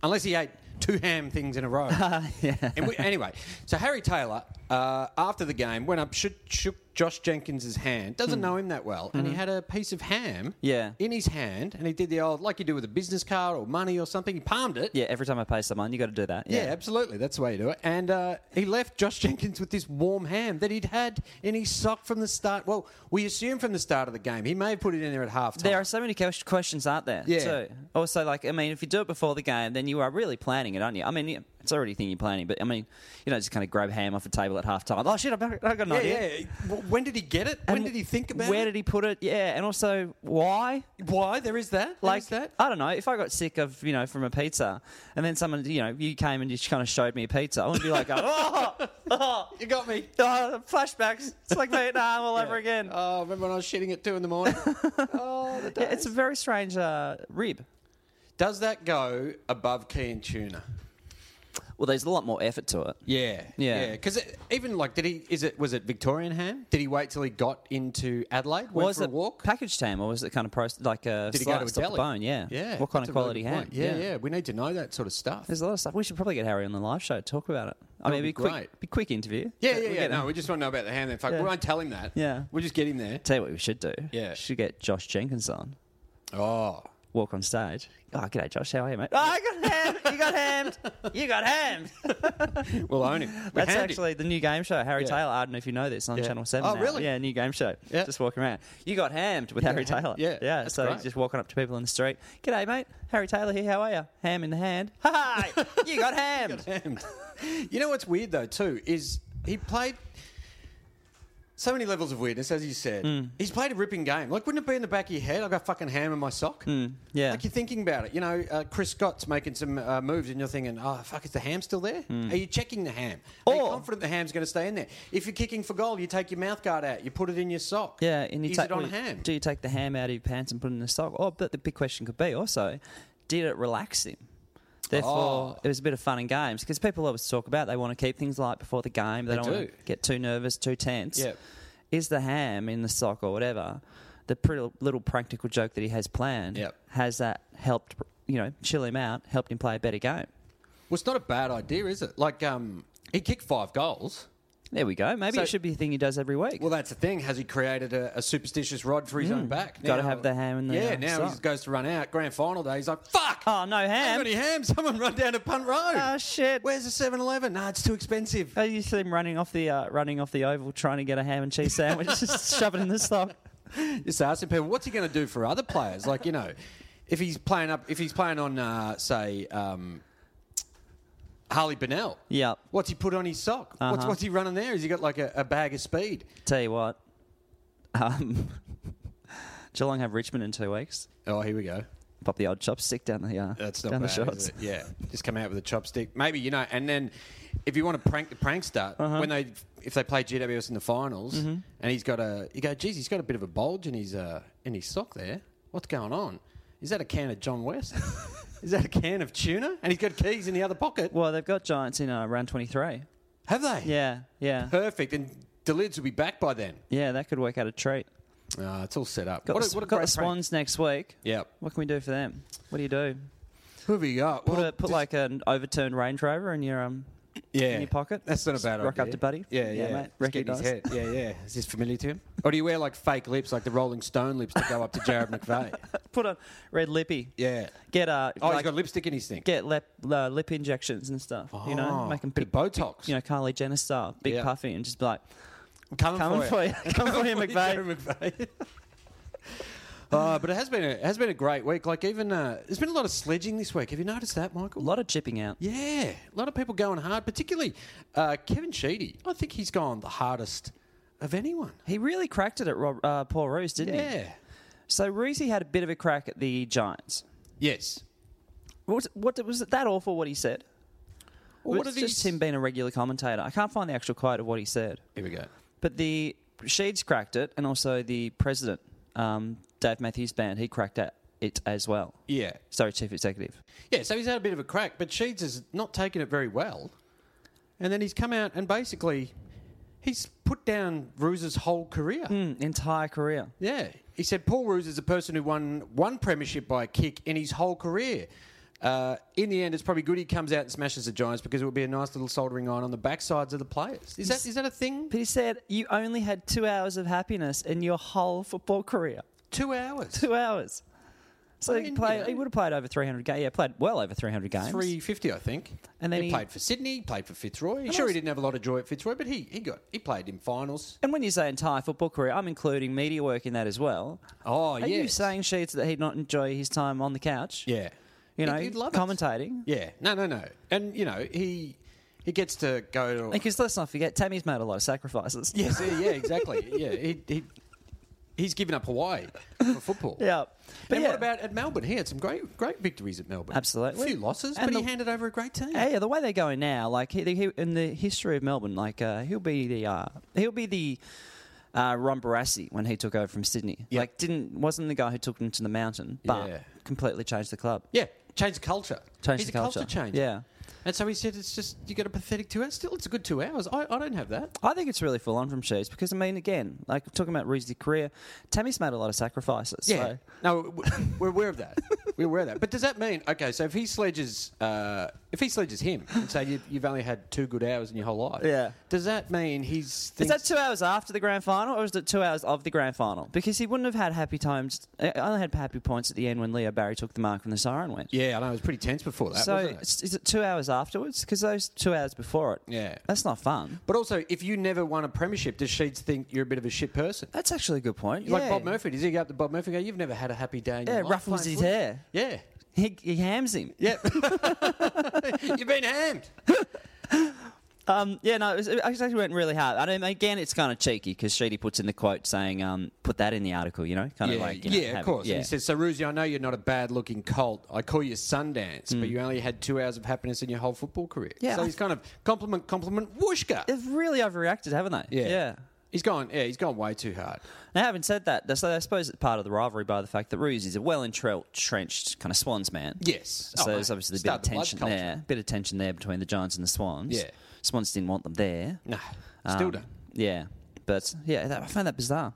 [SPEAKER 2] unless he ate two ham things in a row. And we, anyway, so Harry Taylor, uh, after the game, went up, shook, shook Josh Jenkins's hand. Doesn't know him that well, and he had a piece of ham.
[SPEAKER 1] Hmm. Mm-hmm. Yeah.
[SPEAKER 2] In his hand, and he did the old like you do with a business card or money or something. He palmed it.
[SPEAKER 1] Yeah, every time I pay someone, you got to do that.
[SPEAKER 2] Yeah, absolutely. That's the way you do it. And uh, he left Josh Jenkins with this warm ham that he'd had in his sock from the start. Well, we assume from the start of the game. He may have put it in there at halftime.
[SPEAKER 1] There are so many ques- questions, aren't there?
[SPEAKER 2] Yeah.
[SPEAKER 1] Too. Also, like, I mean, if you do it before the game, then you are really planning it, aren't you? I mean, yeah, it's already a thing you're planning, but I mean, you don't just kind of grab ham off a table at half time. Oh, shit, I've got I've got an
[SPEAKER 2] yeah,
[SPEAKER 1] idea.
[SPEAKER 2] yeah. W- When did he get it? when
[SPEAKER 1] And
[SPEAKER 2] did he think about
[SPEAKER 1] Where
[SPEAKER 2] it?
[SPEAKER 1] did he put it? Yeah. And also, why?
[SPEAKER 2] Why? There is that. There
[SPEAKER 1] Like,
[SPEAKER 2] is that.
[SPEAKER 1] I don't know. If I got sick of, you know, from a pizza and then someone, you know, you came and just kind of showed me a pizza, I wouldn't be like, oh, oh,
[SPEAKER 2] You got me.
[SPEAKER 1] oh, flashbacks. It's like Vietnam all over again.
[SPEAKER 2] Oh, remember when I was shitting at two in the morning? oh, the
[SPEAKER 1] Yeah,
[SPEAKER 2] days.
[SPEAKER 1] it's a very strange uh, rib.
[SPEAKER 2] Does that go above key and tuna?
[SPEAKER 1] Well, there's a lot more effort to it.
[SPEAKER 2] Yeah,
[SPEAKER 1] Yeah.
[SPEAKER 2] Because even like, did he? Is it? Was it Victorian ham? Did he wait till he got into Adelaide? Went
[SPEAKER 1] was
[SPEAKER 2] for
[SPEAKER 1] it
[SPEAKER 2] a walk?
[SPEAKER 1] packaged ham or was it kind of processed like a
[SPEAKER 2] Did he go to a
[SPEAKER 1] sliced off
[SPEAKER 2] deli?
[SPEAKER 1] the bone? Yeah.
[SPEAKER 2] Yeah.
[SPEAKER 1] What kind
[SPEAKER 2] that's
[SPEAKER 1] of
[SPEAKER 2] a
[SPEAKER 1] quality
[SPEAKER 2] really good
[SPEAKER 1] ham?
[SPEAKER 2] point. Yeah, yeah, We need to know that sort of stuff.
[SPEAKER 1] There's a lot of stuff. We should probably get Harry on the live show to talk about it. I mean, it'd
[SPEAKER 2] would be
[SPEAKER 1] be, quick,
[SPEAKER 2] great.
[SPEAKER 1] be quick interview.
[SPEAKER 2] yeah,
[SPEAKER 1] But
[SPEAKER 2] yeah,
[SPEAKER 1] we'll
[SPEAKER 2] yeah.
[SPEAKER 1] get
[SPEAKER 2] no,
[SPEAKER 1] him-
[SPEAKER 2] we just want to know about the ham. Then fuck,
[SPEAKER 1] Yeah.
[SPEAKER 2] we won't tell him that.
[SPEAKER 1] Yeah.
[SPEAKER 2] we'll just get him there.
[SPEAKER 1] Tell you what we should do.
[SPEAKER 2] Yeah.
[SPEAKER 1] We should get Josh Jenkins on.
[SPEAKER 2] Oh,
[SPEAKER 1] Walk on stage. Oh, g'day, Josh. How are you, mate? Oh, I got hammed. You got hammed. You got hammed.
[SPEAKER 2] we'll own him. We
[SPEAKER 1] That's
[SPEAKER 2] hound him.
[SPEAKER 1] actually the new game show. Harry
[SPEAKER 2] Yeah.
[SPEAKER 1] Taylor. I don't know if you know this on
[SPEAKER 2] Yeah.
[SPEAKER 1] Channel Seven.
[SPEAKER 2] Oh,
[SPEAKER 1] now.
[SPEAKER 2] really?
[SPEAKER 1] Yeah, new game show.
[SPEAKER 2] Yeah.
[SPEAKER 1] Just walking around. You got hammed with Harry Taylor.
[SPEAKER 2] Yeah,
[SPEAKER 1] yeah.
[SPEAKER 2] that's
[SPEAKER 1] So
[SPEAKER 2] great.
[SPEAKER 1] just walking up to people on the street. G'day, mate. Harry Taylor here. How are you? Ham in the hand. Hi. you got hammed.
[SPEAKER 2] Damned. you know what's weird though too is he played so many levels of weirdness, as you said.
[SPEAKER 1] Hmm.
[SPEAKER 2] He's played a ripping game. Like, wouldn't it be in the back of your head? I got fucking ham in my sock.
[SPEAKER 1] yeah.
[SPEAKER 2] Like you're thinking about it. You know, uh, Chris Scott's making some uh, moves, and you're thinking, oh fuck, is the ham still there? Are you checking the ham? Are you
[SPEAKER 1] Hmm. Or-
[SPEAKER 2] confident the ham's going to stay in there? If you're kicking for goal, you take your mouth guard out, you put it in your sock.
[SPEAKER 1] Yeah, and you
[SPEAKER 2] is
[SPEAKER 1] take
[SPEAKER 2] it on
[SPEAKER 1] well,
[SPEAKER 2] ham?
[SPEAKER 1] Do you take the ham out of your pants and put it in the sock? Oh, but the big question could be also, did it relax him? Therefore,
[SPEAKER 2] Oh.
[SPEAKER 1] it was a bit of fun and games because people always talk about they want to keep things light before the game. They,
[SPEAKER 2] They
[SPEAKER 1] don't want
[SPEAKER 2] do.
[SPEAKER 1] to get too nervous, too tense.
[SPEAKER 2] Yep.
[SPEAKER 1] Is the ham in the sock or whatever? The pretty little practical joke that he has planned
[SPEAKER 2] Yep.
[SPEAKER 1] has that helped you know chill him out, helped him play a better game?
[SPEAKER 2] Well, it's not a bad idea, is it? Like, um, he kicked five goals.
[SPEAKER 1] There we go. Maybe
[SPEAKER 2] So-
[SPEAKER 1] it should be a thing he does every week.
[SPEAKER 2] Well, that's the thing. Has he created a, a superstitious rod for his own back?
[SPEAKER 1] Hmm. Gotta
[SPEAKER 2] Now-
[SPEAKER 1] have the ham in the,
[SPEAKER 2] Yeah,
[SPEAKER 1] uh,
[SPEAKER 2] now he
[SPEAKER 1] sock.
[SPEAKER 2] just goes to run out. Grand final day. He's like, fuck!
[SPEAKER 1] oh, no
[SPEAKER 2] How
[SPEAKER 1] ham.
[SPEAKER 2] many ham? Someone run down to Punt Road.
[SPEAKER 1] Oh, shit.
[SPEAKER 2] Where's the 7 Eleven? Nah, it's too expensive.
[SPEAKER 1] Oh, you see him running off the uh, running off the oval, trying to get a ham and cheese sandwich, just shove it in the sock.
[SPEAKER 2] Just asking people, what's he going to do for other players? Like, you know, if he's playing up, if he's playing on, uh, say, um, Harley Bennell.
[SPEAKER 1] Yep.
[SPEAKER 2] What's he put on his sock? What's, what's he running there? Has he got like a, a bag of speed?
[SPEAKER 1] Tell you what, um, Geelong have Richmond in two weeks.
[SPEAKER 2] Oh, here we go.
[SPEAKER 1] Pop the odd chopstick down the uh,
[SPEAKER 2] That's not
[SPEAKER 1] down
[SPEAKER 2] bad.
[SPEAKER 1] the shots.
[SPEAKER 2] is it? Yeah, just come out with a chopstick. Maybe you know, and then if you want to prank the prankster
[SPEAKER 1] Uh-huh.
[SPEAKER 2] when they if they play GWS in the finals,
[SPEAKER 1] Mm-hmm.
[SPEAKER 2] and he's got a you go, geez, he's got a bit of a bulge in his uh, in his sock there. What's going on? Is that a can of John West? Is that a can of tuna? And he's got keys in the other pocket.
[SPEAKER 1] Well, they've got Giants in uh, round twenty three.
[SPEAKER 2] Have they?
[SPEAKER 1] Yeah, yeah,
[SPEAKER 2] Perfect. And the lids will be back by then.
[SPEAKER 1] yeah. That could work out a treat.
[SPEAKER 2] Ah, it's all set up.
[SPEAKER 1] Got
[SPEAKER 2] what
[SPEAKER 1] the,
[SPEAKER 2] a, what a
[SPEAKER 1] got
[SPEAKER 2] great
[SPEAKER 1] the Swans next week.
[SPEAKER 2] Prank. Yep.
[SPEAKER 1] What can we do for them? What do you do?
[SPEAKER 2] Who have we got?
[SPEAKER 1] Put,
[SPEAKER 2] Well,
[SPEAKER 1] a, put
[SPEAKER 2] just-
[SPEAKER 1] like an overturned Range Rover in your um
[SPEAKER 2] yeah.
[SPEAKER 1] in your pocket.
[SPEAKER 2] That's not a
[SPEAKER 1] Just
[SPEAKER 2] bad
[SPEAKER 1] rock
[SPEAKER 2] idea.
[SPEAKER 1] up to Buddy.
[SPEAKER 2] Yeah,
[SPEAKER 1] Yeah,
[SPEAKER 2] yeah,
[SPEAKER 1] mate.
[SPEAKER 2] Just get in his
[SPEAKER 1] Recognise.
[SPEAKER 2] head. Yeah, yeah. Is this familiar to him? Or do you wear like fake lips, like the Rolling Stone lips, to go up to Jared McVeigh?
[SPEAKER 1] put on red lippy.
[SPEAKER 2] Yeah.
[SPEAKER 1] Get uh,
[SPEAKER 2] Oh, he's
[SPEAKER 1] like-
[SPEAKER 2] got lipstick in his thing.
[SPEAKER 1] get lip, uh, lip injections and stuff. You know,
[SPEAKER 2] Oh,
[SPEAKER 1] make them
[SPEAKER 2] bit
[SPEAKER 1] big,
[SPEAKER 2] of Botox.
[SPEAKER 1] you know, Kylie Jenner style, big
[SPEAKER 2] Yeah.
[SPEAKER 1] puffy, and just be like,
[SPEAKER 2] coming,
[SPEAKER 1] coming for you, coming for you, McVeigh.
[SPEAKER 2] Jared McVeigh. Uh, but it has been a, it has been a great week. Like even uh, there's been a lot of sledging this week. Have you noticed that,
[SPEAKER 1] A
[SPEAKER 2] Michael?
[SPEAKER 1] lot of chipping out.
[SPEAKER 2] Yeah, a lot of people going hard, particularly uh, Kevin Sheedy. I think he's gone the hardest of anyone.
[SPEAKER 1] He really cracked it at Rob, uh, Paul Roos, didn't he?
[SPEAKER 2] Yeah.
[SPEAKER 1] So Roosy had a bit of a crack at the Giants.
[SPEAKER 2] Yes.
[SPEAKER 1] What was, what was it that awful? What he said? Or
[SPEAKER 2] Well,
[SPEAKER 1] was it
[SPEAKER 2] did he
[SPEAKER 1] just
[SPEAKER 2] s-
[SPEAKER 1] him being a regular commentator? I can't find the actual quote of what he said.
[SPEAKER 2] Here we go.
[SPEAKER 1] But the Sheeds cracked it, and also the president, um, Dave Matthews Band, he cracked at it as well.
[SPEAKER 2] Yeah.
[SPEAKER 1] Sorry, chief executive.
[SPEAKER 2] Yeah, so he's had a bit of a crack, but Sheeds has not taken it very well. And then he's come out and basically he's put down Roos's whole career.
[SPEAKER 1] Mm, entire career.
[SPEAKER 2] Yeah. He said Paul Roos is a person who won one premiership by a kick in his whole career. Uh, in the end, it's probably good he comes out and smashes the Giants because it would be a nice little soldering iron on the backsides of the players. Is that is that a thing?
[SPEAKER 1] But he said, You only had two hours of happiness in your whole football career.
[SPEAKER 2] Two hours,
[SPEAKER 1] Two hours. So
[SPEAKER 2] I
[SPEAKER 1] he,
[SPEAKER 2] mean,
[SPEAKER 1] played,
[SPEAKER 2] you know.
[SPEAKER 1] he would have played over 300 games. Yeah, played well over 300 games.
[SPEAKER 2] three fifty, I think.
[SPEAKER 1] And then
[SPEAKER 2] he,
[SPEAKER 1] he-
[SPEAKER 2] played for Sydney, played for Fitzroy. Sure, he didn't have a lot of joy at Fitzroy, but he, he got he played in finals.
[SPEAKER 1] And when you say entire football career, I'm including media work in that as well.
[SPEAKER 2] Oh,
[SPEAKER 1] Are you saying, Sheets, that he'd not enjoy his time on the couch?
[SPEAKER 2] Yeah.
[SPEAKER 1] You know,
[SPEAKER 2] He'd- he'd love it.
[SPEAKER 1] commentating.
[SPEAKER 2] Yeah. No, no, no. And you know, he he gets to go to
[SPEAKER 1] Because let's not forget, Tammy's made a lot of sacrifices.
[SPEAKER 2] Yes, yeah, yeah, exactly. yeah. He, he he's given up Hawaii for football.
[SPEAKER 1] Yeah. But
[SPEAKER 2] and
[SPEAKER 1] yeah.
[SPEAKER 2] what about at Melbourne? He had some great great victories at Melbourne.
[SPEAKER 1] Absolutely.
[SPEAKER 2] A few losses,
[SPEAKER 1] And
[SPEAKER 2] but he
[SPEAKER 1] the-
[SPEAKER 2] handed over a great team.
[SPEAKER 1] Yeah, yeah, the way they're going now, like he, he, in the history of Melbourne, like uh, he'll be the uh, he'll be the uh, Ron Barassi when he took over from Sydney.
[SPEAKER 2] Yep.
[SPEAKER 1] Like didn't wasn't the guy who took him to the mountain, but
[SPEAKER 2] Yeah.
[SPEAKER 1] completely changed the club.
[SPEAKER 2] Yeah. Change the culture.
[SPEAKER 1] Changed
[SPEAKER 2] He's
[SPEAKER 1] the
[SPEAKER 2] a culture,
[SPEAKER 1] culture.
[SPEAKER 2] change.
[SPEAKER 1] Yeah.
[SPEAKER 2] And so he said it's just you got a pathetic two hours. Still it's a good two hours. I, I don't have that.
[SPEAKER 1] I think it's really full on from Sheeds because I mean, again, like talking about Rudy's career, Tammy's made a lot of sacrifices.
[SPEAKER 2] Yeah.
[SPEAKER 1] so-
[SPEAKER 2] No, w- we're aware of that. we're aware of that. But does that mean okay? So if he sledges, uh, if he sledges him and say you've, you've only had two good hours in your whole life,
[SPEAKER 1] Yeah.
[SPEAKER 2] Does that mean he's
[SPEAKER 1] Is
[SPEAKER 2] thinks,
[SPEAKER 1] that two hours after the grand final, or is it two hours of the grand final? Because he wouldn't have had happy times. I only had happy points at the end when Leo Barry took the mark and the siren went.
[SPEAKER 2] Yeah, I know. It was pretty tense before that.
[SPEAKER 1] so
[SPEAKER 2] wasn't it?
[SPEAKER 1] it's- is it two hours afterwards? Because those two hours before it,
[SPEAKER 2] Yeah.
[SPEAKER 1] that's not fun.
[SPEAKER 2] But also, if you never won a premiership, does Sheeds think you're a bit of a shit person?
[SPEAKER 1] That's actually a good point.
[SPEAKER 2] Like
[SPEAKER 1] yeah.
[SPEAKER 2] Bob Murphy, does he go up to Bob Murphy and go, "You've never had a happy day"? In
[SPEAKER 1] Yeah,
[SPEAKER 2] your life
[SPEAKER 1] ruffles
[SPEAKER 2] playing
[SPEAKER 1] his
[SPEAKER 2] footy?"
[SPEAKER 1] hair.
[SPEAKER 2] Yeah,
[SPEAKER 1] He, he hams him.
[SPEAKER 2] yeah. You've been hammed.
[SPEAKER 1] Um, yeah, no, it, was, it actually went really hard. I mean, again, it's kind of cheeky because Sheedy puts in the quote saying, um, "Put that in the article," you know, kind of
[SPEAKER 2] yeah,
[SPEAKER 1] like, you know,
[SPEAKER 2] yeah,
[SPEAKER 1] have
[SPEAKER 2] of
[SPEAKER 1] it-
[SPEAKER 2] course.
[SPEAKER 1] yeah.
[SPEAKER 2] And he says, "So, Ruzi, I know you're not a bad-looking colt. I call you Sundance, but you only had two hours of happiness in your whole football career."
[SPEAKER 1] Mm. Yeah.
[SPEAKER 2] So he's kind of compliment, compliment, whooshka.
[SPEAKER 1] They've really overreacted, haven't they?
[SPEAKER 2] Yeah.
[SPEAKER 1] yeah.
[SPEAKER 2] He's gone. Yeah, he's gone way too hard.
[SPEAKER 1] Now, having said that, that's- I suppose it's part of the rivalry by the fact that Ruse is a well entrenched kind of Swans man.
[SPEAKER 2] Yes.
[SPEAKER 1] So
[SPEAKER 2] Oh,
[SPEAKER 1] there's
[SPEAKER 2] mate.
[SPEAKER 1] obviously a bit
[SPEAKER 2] Start
[SPEAKER 1] of
[SPEAKER 2] the blood
[SPEAKER 1] tension
[SPEAKER 2] culture.
[SPEAKER 1] there, bit of tension there between the Giants and the Swans.
[SPEAKER 2] Yeah.
[SPEAKER 1] Swans didn't want them there.
[SPEAKER 2] No, still
[SPEAKER 1] Um,
[SPEAKER 2] don't.
[SPEAKER 1] Yeah, but yeah, that, I found that bizarre.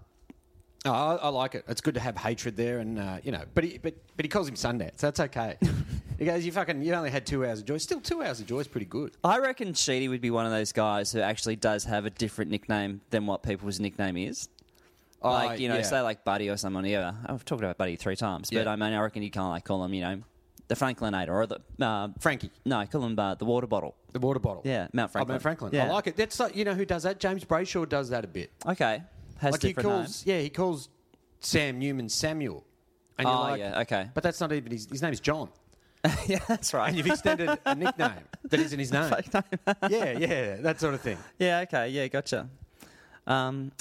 [SPEAKER 2] Oh, I, I like it. It's good to have hatred there, and uh, you know, but he, but but he calls him Sundance. That's okay. He goes, "You fucking, you only had two hours of joy. Still, two hours of joy is pretty good."
[SPEAKER 1] I reckon Sheedy would be one of those guys who actually does have a different nickname than what people's nickname is. Like, you know,
[SPEAKER 2] Oh, yeah.
[SPEAKER 1] say like Buddy or someone, yeah. I've talked about Buddy three times, but
[SPEAKER 2] Yeah.
[SPEAKER 1] I mean, I reckon you can't like call him, you know, the Franklinator or the. Uh,
[SPEAKER 2] Frankie.
[SPEAKER 1] No, call him uh, the water bottle.
[SPEAKER 2] The water bottle.
[SPEAKER 1] Yeah, Mount
[SPEAKER 2] Oh,
[SPEAKER 1] Franklin.
[SPEAKER 2] Mount Franklin.
[SPEAKER 1] Yeah.
[SPEAKER 2] I like it. That's like, you know who does that? James Brayshaw does that a bit.
[SPEAKER 1] Okay. Has
[SPEAKER 2] like he
[SPEAKER 1] different
[SPEAKER 2] calls,
[SPEAKER 1] names.
[SPEAKER 2] yeah, he calls Sam Newman Samuel. And
[SPEAKER 1] Oh, yeah, okay.
[SPEAKER 2] But that's not even his, his name is John.
[SPEAKER 1] yeah, that's
[SPEAKER 2] And
[SPEAKER 1] right.
[SPEAKER 2] you've extended a nickname that isn't his name. yeah, yeah, that sort of thing.
[SPEAKER 1] Yeah, okay. Yeah, gotcha. Um,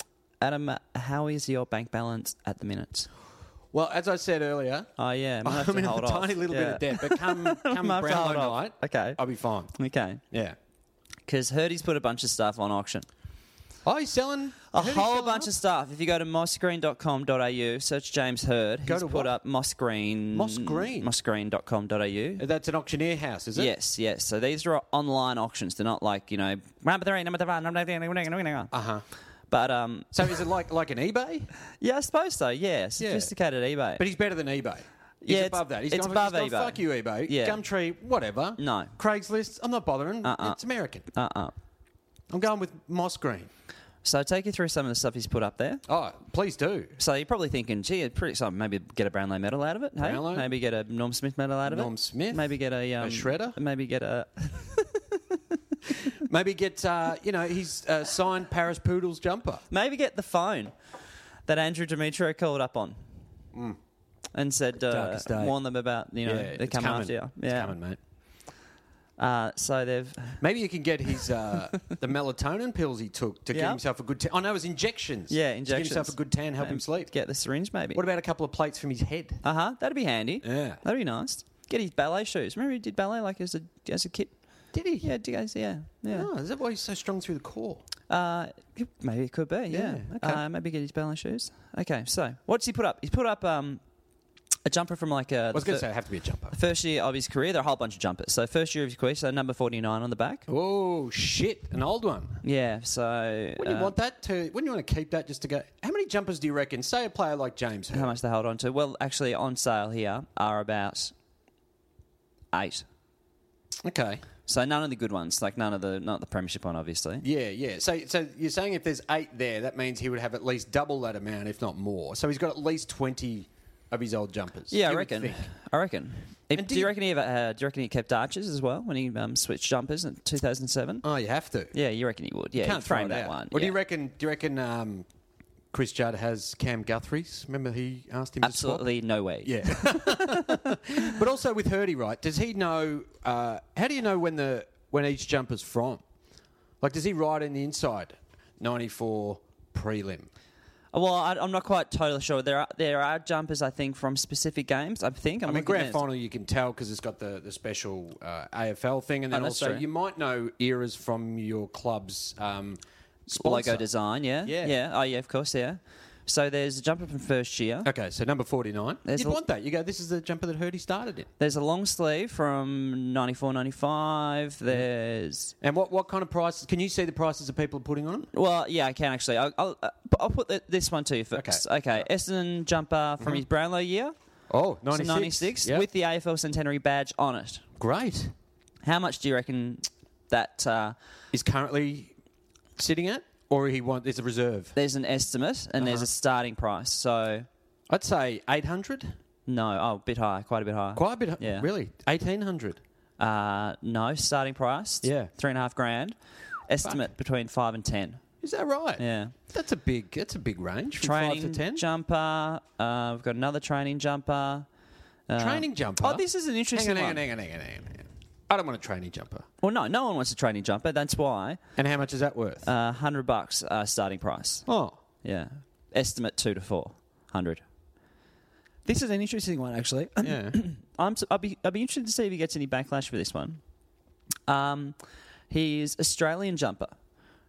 [SPEAKER 1] Adam, uh, how is your bank balance at the minute?
[SPEAKER 2] Well, as I said earlier,
[SPEAKER 1] Oh, yeah. might have
[SPEAKER 2] I'm
[SPEAKER 1] to
[SPEAKER 2] in a
[SPEAKER 1] hold off.
[SPEAKER 2] tiny little
[SPEAKER 1] Yeah.
[SPEAKER 2] bit of debt, but come, come
[SPEAKER 1] Might have to
[SPEAKER 2] Brownlow
[SPEAKER 1] hold off.
[SPEAKER 2] night,
[SPEAKER 1] Okay.
[SPEAKER 2] I'll be fine.
[SPEAKER 1] Okay.
[SPEAKER 2] Yeah.
[SPEAKER 1] Because Hurdy's put a bunch of stuff on auction.
[SPEAKER 2] Oh, he's selling
[SPEAKER 1] A
[SPEAKER 2] who's he
[SPEAKER 1] whole
[SPEAKER 2] selling
[SPEAKER 1] bunch of stuff. If you go to mossgreen.com.au, search James Hurd.
[SPEAKER 2] Go
[SPEAKER 1] he's
[SPEAKER 2] to
[SPEAKER 1] put
[SPEAKER 2] what?
[SPEAKER 1] up mossgreen.
[SPEAKER 2] Moss Green?
[SPEAKER 1] Mossgreen.com.au.
[SPEAKER 2] That's an auctioneer house, is it?
[SPEAKER 1] Yes, yes. So these are online auctions. They're not like, you know, number three, number five, number
[SPEAKER 2] Uh huh.
[SPEAKER 1] But um,
[SPEAKER 2] So is it like like an eBay?
[SPEAKER 1] yeah, I suppose so. Yeah, sophisticated eBay.
[SPEAKER 2] But he's better than eBay. He's
[SPEAKER 1] Yeah, it's-
[SPEAKER 2] above that. He's
[SPEAKER 1] it's
[SPEAKER 2] gone,
[SPEAKER 1] above
[SPEAKER 2] he's gone,
[SPEAKER 1] eBay.
[SPEAKER 2] Fuck you, eBay.
[SPEAKER 1] Yeah.
[SPEAKER 2] Gumtree, whatever.
[SPEAKER 1] No.
[SPEAKER 2] Craigslist, I'm not bothering. It's American.
[SPEAKER 1] uh uh
[SPEAKER 2] I'm going with Moss Green.
[SPEAKER 1] So I'll take you through some of the stuff he's put up there.
[SPEAKER 2] Oh, please do.
[SPEAKER 1] So you're probably thinking, gee, it's pretty. So maybe get a Brownlow medal out of it. Hey?
[SPEAKER 2] Brownlow?
[SPEAKER 1] Maybe get a Norm Smith medal out of it.
[SPEAKER 2] Norm Smith?
[SPEAKER 1] Maybe get a, um,
[SPEAKER 2] shredder?
[SPEAKER 1] Maybe get a.
[SPEAKER 2] Maybe get, uh, you know, his uh, signed Paris Poodles jumper.
[SPEAKER 1] Maybe get the phone that Andrew Demetrio called up on. And said, uh,
[SPEAKER 2] Hmm. Darkest day.
[SPEAKER 1] warn them about, you know, they
[SPEAKER 2] it's
[SPEAKER 1] come
[SPEAKER 2] coming.
[SPEAKER 1] after you.
[SPEAKER 2] It's
[SPEAKER 1] Yeah.
[SPEAKER 2] coming, mate.
[SPEAKER 1] Uh, so they've.
[SPEAKER 2] Maybe you can get his uh, the melatonin pills he took to give
[SPEAKER 1] Yeah.
[SPEAKER 2] himself a good tan. I know it was injections.
[SPEAKER 1] Yeah,
[SPEAKER 2] To give
[SPEAKER 1] injections.
[SPEAKER 2] himself a good tan, help him
[SPEAKER 1] And
[SPEAKER 2] sleep.
[SPEAKER 1] um, Get the syringe, maybe.
[SPEAKER 2] What about a couple of plates from his head?
[SPEAKER 1] Uh huh. That'd be handy.
[SPEAKER 2] Yeah.
[SPEAKER 1] That'd be nice. Get his ballet shoes. Remember he did ballet like as a as a kid.
[SPEAKER 2] Did he?
[SPEAKER 1] Yeah. Did guys? Yeah. Yeah.
[SPEAKER 2] Oh, is that why he's so strong through the core?
[SPEAKER 1] Uh, maybe it could be. Yeah.
[SPEAKER 2] Yeah, okay.
[SPEAKER 1] Uh, maybe get his ballet shoes. Okay. So what's he put up? He's put up um a jumper from like uh, a.
[SPEAKER 2] I was going to say, it have to be a jumper.
[SPEAKER 1] First year of his career, there are a whole bunch of jumpers. So first year of his career, so number forty nine on the back.
[SPEAKER 2] Oh shit, an old one.
[SPEAKER 1] Yeah. So.
[SPEAKER 2] Wouldn't
[SPEAKER 1] uh,
[SPEAKER 2] you want that to? Wouldn't you want to keep that just to go? How many jumpers do you reckon? Say a player like James.
[SPEAKER 1] uh, How
[SPEAKER 2] Hurd.
[SPEAKER 1] much they hold on to? Well, actually, on sale here are about eight.
[SPEAKER 2] Okay.
[SPEAKER 1] So none of the good ones, like none of the not the premiership one, obviously.
[SPEAKER 2] Yeah, yeah. So, so you're saying if there's eight there, that means he would have at least double that amount, if not more. So he's got at least twenty of his old jumpers.
[SPEAKER 1] Yeah, I
[SPEAKER 2] you would
[SPEAKER 1] reckon.
[SPEAKER 2] think.
[SPEAKER 1] I reckon. If-
[SPEAKER 2] And
[SPEAKER 1] do
[SPEAKER 2] do
[SPEAKER 1] you
[SPEAKER 2] you-
[SPEAKER 1] reckon he ever, uh, do you reckon he kept arches as well when he um, switched jumpers in 2007?
[SPEAKER 2] Oh, you have to.
[SPEAKER 1] yeah, you reckon he would. Yeah,
[SPEAKER 2] Can't
[SPEAKER 1] he'd frame
[SPEAKER 2] throw it
[SPEAKER 1] that
[SPEAKER 2] out.
[SPEAKER 1] one.
[SPEAKER 2] Well, do you
[SPEAKER 1] yeah.
[SPEAKER 2] reckon? Do you reckon um, Chris Judd has Cam Guthrie's? Remember he asked him to swap?
[SPEAKER 1] Absolutely no way.
[SPEAKER 2] Yeah. but also with Hurdy, right? Does he know? Uh, how do you know when the when each jumper's from? Like, does he ride in the inside ninety four prelim?
[SPEAKER 1] Well, I, I'm not quite totally sure. There are there are jumpers I think from specific games. I think. I'm
[SPEAKER 2] I mean,
[SPEAKER 1] looking
[SPEAKER 2] grand
[SPEAKER 1] at-
[SPEAKER 2] final you can tell because it's got the the special uh, AFL thing, and then
[SPEAKER 1] Oh, that's
[SPEAKER 2] also
[SPEAKER 1] true.
[SPEAKER 2] you might know eras from your club's um, sponsor.
[SPEAKER 1] logo design. Yeah.
[SPEAKER 2] Yeah.
[SPEAKER 1] Yeah. Oh yeah, of course. Yeah. So there's a jumper from first year.
[SPEAKER 2] Okay, so number forty nine.
[SPEAKER 1] There's
[SPEAKER 2] You'd
[SPEAKER 1] a-
[SPEAKER 2] want that. You go. This is the jumper that Hurdy started in.
[SPEAKER 1] There's a long sleeve from 94, 95.
[SPEAKER 2] Mm-hmm.
[SPEAKER 1] There's
[SPEAKER 2] And what, what kind of prices? Can you see the prices that people are putting on it?
[SPEAKER 1] Well, yeah, I can actually. I'll, I'll, uh, I'll put the, this one to you first. Okay,
[SPEAKER 2] Okay. Mm-hmm.
[SPEAKER 1] Essendon jumper from his Brownlow year,
[SPEAKER 2] Oh,
[SPEAKER 1] so 96, with the AFL centenary badge on it.
[SPEAKER 2] great.
[SPEAKER 1] How much do you reckon that uh,
[SPEAKER 2] is currently sitting at, or he want there's a reserve.
[SPEAKER 1] there's an estimate and there's a starting price? So,
[SPEAKER 2] I'd say eight hundred,
[SPEAKER 1] no, oh, a bit higher, quite a bit higher.
[SPEAKER 2] quite a bit.
[SPEAKER 1] Yeah.
[SPEAKER 2] really, eighteen hundred.
[SPEAKER 1] Uh, no, starting price,
[SPEAKER 2] Yeah.
[SPEAKER 1] three and a half grand. Estimate between five and ten.
[SPEAKER 2] Is that right?
[SPEAKER 1] Yeah.
[SPEAKER 2] that's a big that's a big range. From
[SPEAKER 1] Training
[SPEAKER 2] five to ten.
[SPEAKER 1] jumper. Uh, we've got another training jumper. Uh,
[SPEAKER 2] training jumper.
[SPEAKER 1] Oh, this is an interesting
[SPEAKER 2] hang on,
[SPEAKER 1] one.
[SPEAKER 2] Hang on, hang on, hang on, hang on. I don't want a training jumper.
[SPEAKER 1] Well, no, no one wants a training jumper. That's why.
[SPEAKER 2] And how much is that worth?
[SPEAKER 1] Uh, hundred bucks uh, starting price.
[SPEAKER 2] oh,
[SPEAKER 1] Yeah, estimate two to four hundred. This is an interesting one, actually.
[SPEAKER 2] yeah.
[SPEAKER 1] I'm s- I'll be I'll be interested to see if he gets any backlash for this one. Um, he's Australian jumper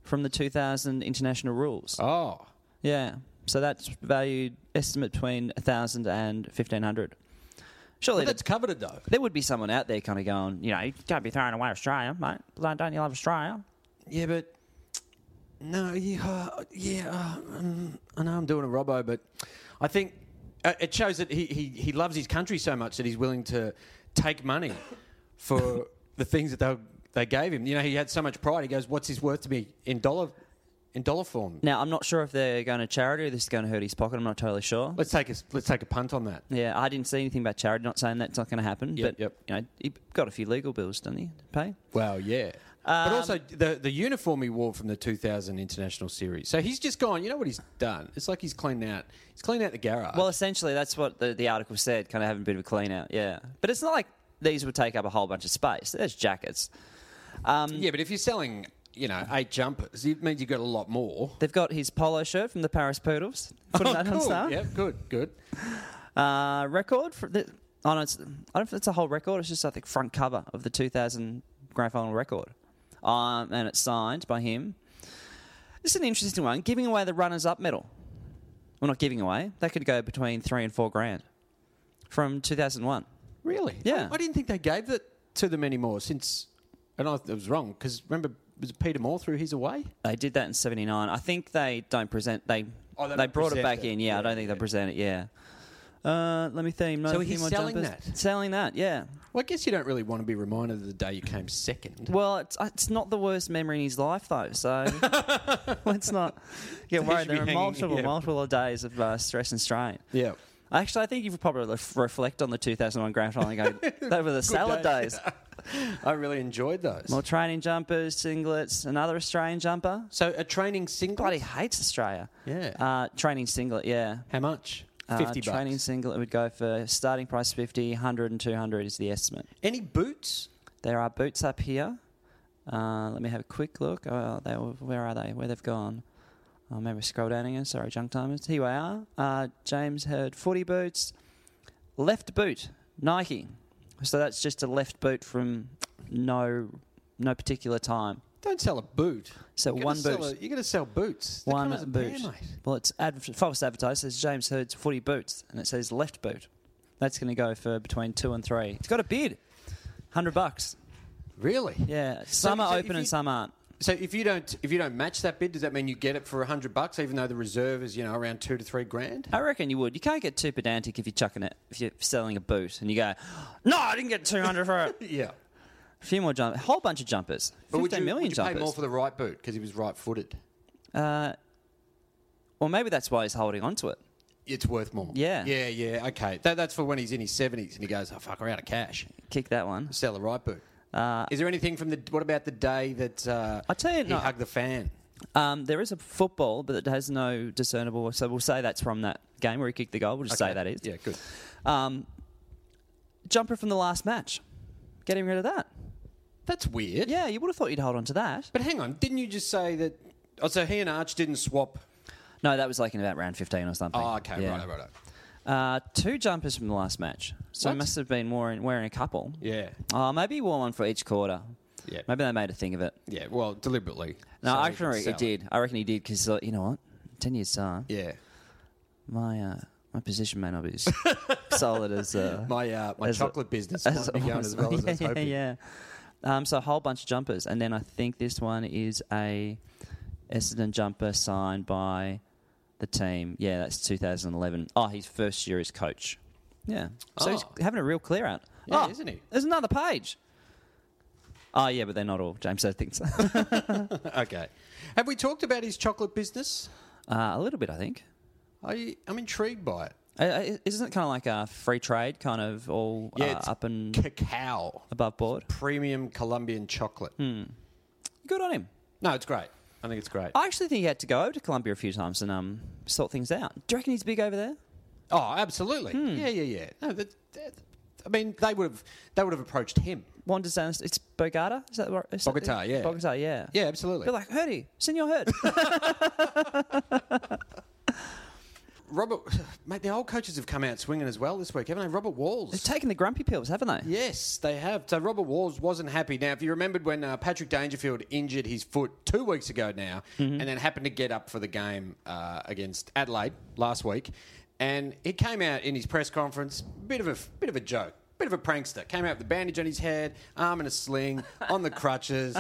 [SPEAKER 1] from the 2000 international rules.
[SPEAKER 2] oh,
[SPEAKER 1] Yeah, so that's valued estimate between thousand and fifteen hundred. Surely
[SPEAKER 2] well, that's covered though.
[SPEAKER 1] there would be someone out there kind of going, you know, you can't be throwing away Australia, mate. Don't don't you love Australia?
[SPEAKER 2] Yeah, but no, yeah, uh, yeah. Uh, um, I know I'm doing a Robbo, but I think uh, it shows that he, he, he loves his country so much that he's willing to take money for the things that they, they gave him. You know, he had so much pride. He goes, "What's his worth to me in dollar in dollar form?"
[SPEAKER 1] Now, I'm not sure if they're going to charity or this is going to hurt his pocket. I'm not totally sure.
[SPEAKER 2] Let's take a let's take a punt on that.
[SPEAKER 1] Yeah, I didn't see anything about charity. Not saying that's not going to happen,
[SPEAKER 2] Yep,
[SPEAKER 1] but
[SPEAKER 2] yep.
[SPEAKER 1] you know, he got a few legal bills, didn't he? To pay.
[SPEAKER 2] Well, yeah. but also the the uniform he wore from the 2000 international series. So he's just gone. You know what he's done? It's like he's cleaned out. He's cleaned out the garage.
[SPEAKER 1] Well, essentially, that's what the, the article said. Kind of having a bit of a clean out. Yeah, but it's not like these would take up a whole bunch of space. There's jackets.
[SPEAKER 2] yeah, but if you're selling, you know, eight jumpers, it means you've got a lot more.
[SPEAKER 1] They've got his polo shirt from the Paris Poodles. Putting that on
[SPEAKER 2] Oh, cool.
[SPEAKER 1] sale.
[SPEAKER 2] Yep, good, good.
[SPEAKER 1] Uh, record for the. Oh no, it's, I don't know if it's a whole record. It's just I think front cover of the 2000 grand final record, um, and it's signed by him. This is an interesting one. Giving away the runners-up medal. Well, not giving away. That could go between three and four grand from 2001.
[SPEAKER 2] Really?
[SPEAKER 1] Yeah.
[SPEAKER 2] I, I didn't think they gave that to them anymore since, and I, I was wrong because remember was it Peter Moore threw his away?
[SPEAKER 1] They did that in '79. I think they don't present. They
[SPEAKER 2] Oh, they
[SPEAKER 1] they,
[SPEAKER 2] don't
[SPEAKER 1] brought it
[SPEAKER 2] present
[SPEAKER 1] back
[SPEAKER 2] it.
[SPEAKER 1] in. Yeah, I
[SPEAKER 2] Yeah,
[SPEAKER 1] don't think they present it. Yeah. Uh, let me think.
[SPEAKER 2] So
[SPEAKER 1] Another
[SPEAKER 2] he's
[SPEAKER 1] few more
[SPEAKER 2] selling
[SPEAKER 1] jumpers.
[SPEAKER 2] that?
[SPEAKER 1] Selling that. Yeah.
[SPEAKER 2] Well, I guess you don't really want to be reminded of the day you came second.
[SPEAKER 1] Well, it's uh, it's not the worst memory in his life though. So let's not get worried.
[SPEAKER 2] should
[SPEAKER 1] There
[SPEAKER 2] be
[SPEAKER 1] are
[SPEAKER 2] hanging-
[SPEAKER 1] multiple
[SPEAKER 2] yeah.
[SPEAKER 1] multiple days of uh, stress and strain.
[SPEAKER 2] Yeah.
[SPEAKER 1] Actually, I think you could probably ref- reflect on the 2001 grand final and go, they were the salad
[SPEAKER 2] day.
[SPEAKER 1] days.
[SPEAKER 2] I really enjoyed those.
[SPEAKER 1] More training jumpers, singlets, another Australian jumper.
[SPEAKER 2] so a training singlet.
[SPEAKER 1] Bloody hates Australia.
[SPEAKER 2] Yeah.
[SPEAKER 1] Uh, training singlet, yeah.
[SPEAKER 2] How much?
[SPEAKER 1] Uh,
[SPEAKER 2] Fifty bucks.
[SPEAKER 1] Training singlet would go for starting price 50, 100 and 200 is the estimate.
[SPEAKER 2] Any boots?
[SPEAKER 1] There are boots up here. Uh, let me have a quick look. Oh, they, were- where are they? Where they've gone? Oh, maybe scroll down again. Sorry, junk timers. Here we are. Uh, James Heard footy boots, left boot Nike. So that's just a left boot from no no particular time.
[SPEAKER 2] Don't sell a boot.
[SPEAKER 1] So
[SPEAKER 2] You're gonna
[SPEAKER 1] one
[SPEAKER 2] sell
[SPEAKER 1] boot.
[SPEAKER 2] a- you're going to sell boots. They come
[SPEAKER 1] One
[SPEAKER 2] as a pair,
[SPEAKER 1] boot.
[SPEAKER 2] mate.
[SPEAKER 1] well, it's ad- false advertised. It says James Heard's footy boots, and it says left boot. That's going to go for between two and three. It's got a bid, hundred bucks.
[SPEAKER 2] Really?
[SPEAKER 1] Yeah, some
[SPEAKER 2] so
[SPEAKER 1] are
[SPEAKER 2] if
[SPEAKER 1] open
[SPEAKER 2] you-
[SPEAKER 1] and some aren't.
[SPEAKER 2] So if you don't if you don't match that bid, does that mean you get it for hundred bucks, even though the reserve is you know around two to three grand?
[SPEAKER 1] I reckon you would. You can't get too pedantic if you're chucking it, if you're selling a boot, and you go, "No, I didn't get 200 for it."
[SPEAKER 2] Yeah.
[SPEAKER 1] a few more jump, a whole bunch of jumpers,
[SPEAKER 2] But would
[SPEAKER 1] fifteen
[SPEAKER 2] you,
[SPEAKER 1] million
[SPEAKER 2] would you pay more
[SPEAKER 1] jumpers.
[SPEAKER 2] for the right boot because he was right footed?
[SPEAKER 1] or maybe that's why he's holding on to it.
[SPEAKER 2] It's worth more.
[SPEAKER 1] Yeah.
[SPEAKER 2] Yeah, yeah. Okay. That, that's for when he's in his seventies and he goes, "Oh fuck, we're out of cash.
[SPEAKER 1] Kick that one.
[SPEAKER 2] Sell the right boot." is there anything from the? What about the day that uh,
[SPEAKER 1] I tell you,
[SPEAKER 2] he
[SPEAKER 1] Uh, no.
[SPEAKER 2] hugged the fan?
[SPEAKER 1] Um, there is a football, but it has no discernible. So we'll say that's from that game where he kicked the goal. We'll just say
[SPEAKER 2] Okay.
[SPEAKER 1] that is
[SPEAKER 2] Yeah, good.
[SPEAKER 1] Um, jumper from the last match. Getting rid of that.
[SPEAKER 2] That's weird.
[SPEAKER 1] Yeah, you would have thought you'd hold on to that.
[SPEAKER 2] But hang on, didn't you just say that? Oh, so he and Arch didn't swap.
[SPEAKER 1] No, that was like in about round fifteen or something.
[SPEAKER 2] Oh, okay,
[SPEAKER 1] Yeah.
[SPEAKER 2] right, right, right.
[SPEAKER 1] Uh, two jumpers from the last match. So
[SPEAKER 2] What?
[SPEAKER 1] he must have been wearing, wearing a couple.
[SPEAKER 2] Yeah,
[SPEAKER 1] Oh, maybe he wore one for each quarter.
[SPEAKER 2] Yeah.
[SPEAKER 1] Maybe they made a thing of it.
[SPEAKER 2] yeah. Well, deliberately.
[SPEAKER 1] No,
[SPEAKER 2] So
[SPEAKER 1] I
[SPEAKER 2] he could
[SPEAKER 1] reckon he
[SPEAKER 2] sell
[SPEAKER 1] did. I reckon he did because you know what? Ten years time,
[SPEAKER 2] Yeah,
[SPEAKER 1] my uh, my position may not be as solid as uh,
[SPEAKER 2] my uh, my
[SPEAKER 1] As a-
[SPEAKER 2] chocolate business
[SPEAKER 1] as
[SPEAKER 2] might be
[SPEAKER 1] it
[SPEAKER 2] going
[SPEAKER 1] was.
[SPEAKER 2] as well as I was
[SPEAKER 1] yeah,
[SPEAKER 2] hoping.
[SPEAKER 1] yeah, yeah. Um, so a whole bunch of jumpers, and then I think this one is a Essendon jumper signed by the team. Yeah, that's 2011. Oh, his first year as coach. Yeah, so he's
[SPEAKER 2] Oh.
[SPEAKER 1] having a real clear out.
[SPEAKER 2] Yeah,
[SPEAKER 1] oh,
[SPEAKER 2] isn't he?
[SPEAKER 1] There's another page. Oh yeah, but they're not all James said things. uh,
[SPEAKER 2] Okay. Have we talked about his chocolate business?
[SPEAKER 1] a little bit, I think.
[SPEAKER 2] I I'm intrigued by it.
[SPEAKER 1] Uh, Uh, isn't it kind of like a free trade, kind of all uh,
[SPEAKER 2] Yeah, it's
[SPEAKER 1] up and
[SPEAKER 2] Cacao,
[SPEAKER 1] above board?
[SPEAKER 2] premium Colombian chocolate.
[SPEAKER 1] Hmm. Good on him.
[SPEAKER 2] No, it's great. I think it's great.
[SPEAKER 1] I actually think he had to go over to Colombia a few times and um, sort things out. Do you reckon he's big over there?
[SPEAKER 2] Oh, absolutely.
[SPEAKER 1] Hmm.
[SPEAKER 2] Yeah, yeah, yeah. No, that, that, I mean, they would have they would have approached him.
[SPEAKER 1] Wanders down. It's Bogota. Is that where- is that-
[SPEAKER 2] Bogota, yeah.
[SPEAKER 1] Bogota, yeah.
[SPEAKER 2] Yeah, absolutely.
[SPEAKER 1] They're like Herdy, Senor Herd.
[SPEAKER 2] Robert, mate, the old coaches have come out swinging as well this week, haven't they? Robert
[SPEAKER 1] They've
[SPEAKER 2] Walls.
[SPEAKER 1] taken the grumpy pills, haven't they?
[SPEAKER 2] Yes, they have. So Robert Walls wasn't happy. Now, if you remembered when uh, Patrick Dangerfield injured his foot two weeks ago now,
[SPEAKER 1] Mm-hmm.
[SPEAKER 2] and then happened to get up for the game uh, against Adelaide last week, and he came out in his press conference, bit of a bit of a joke, bit of a prankster. Came out with a bandage on his head, arm in a sling, on the crutches,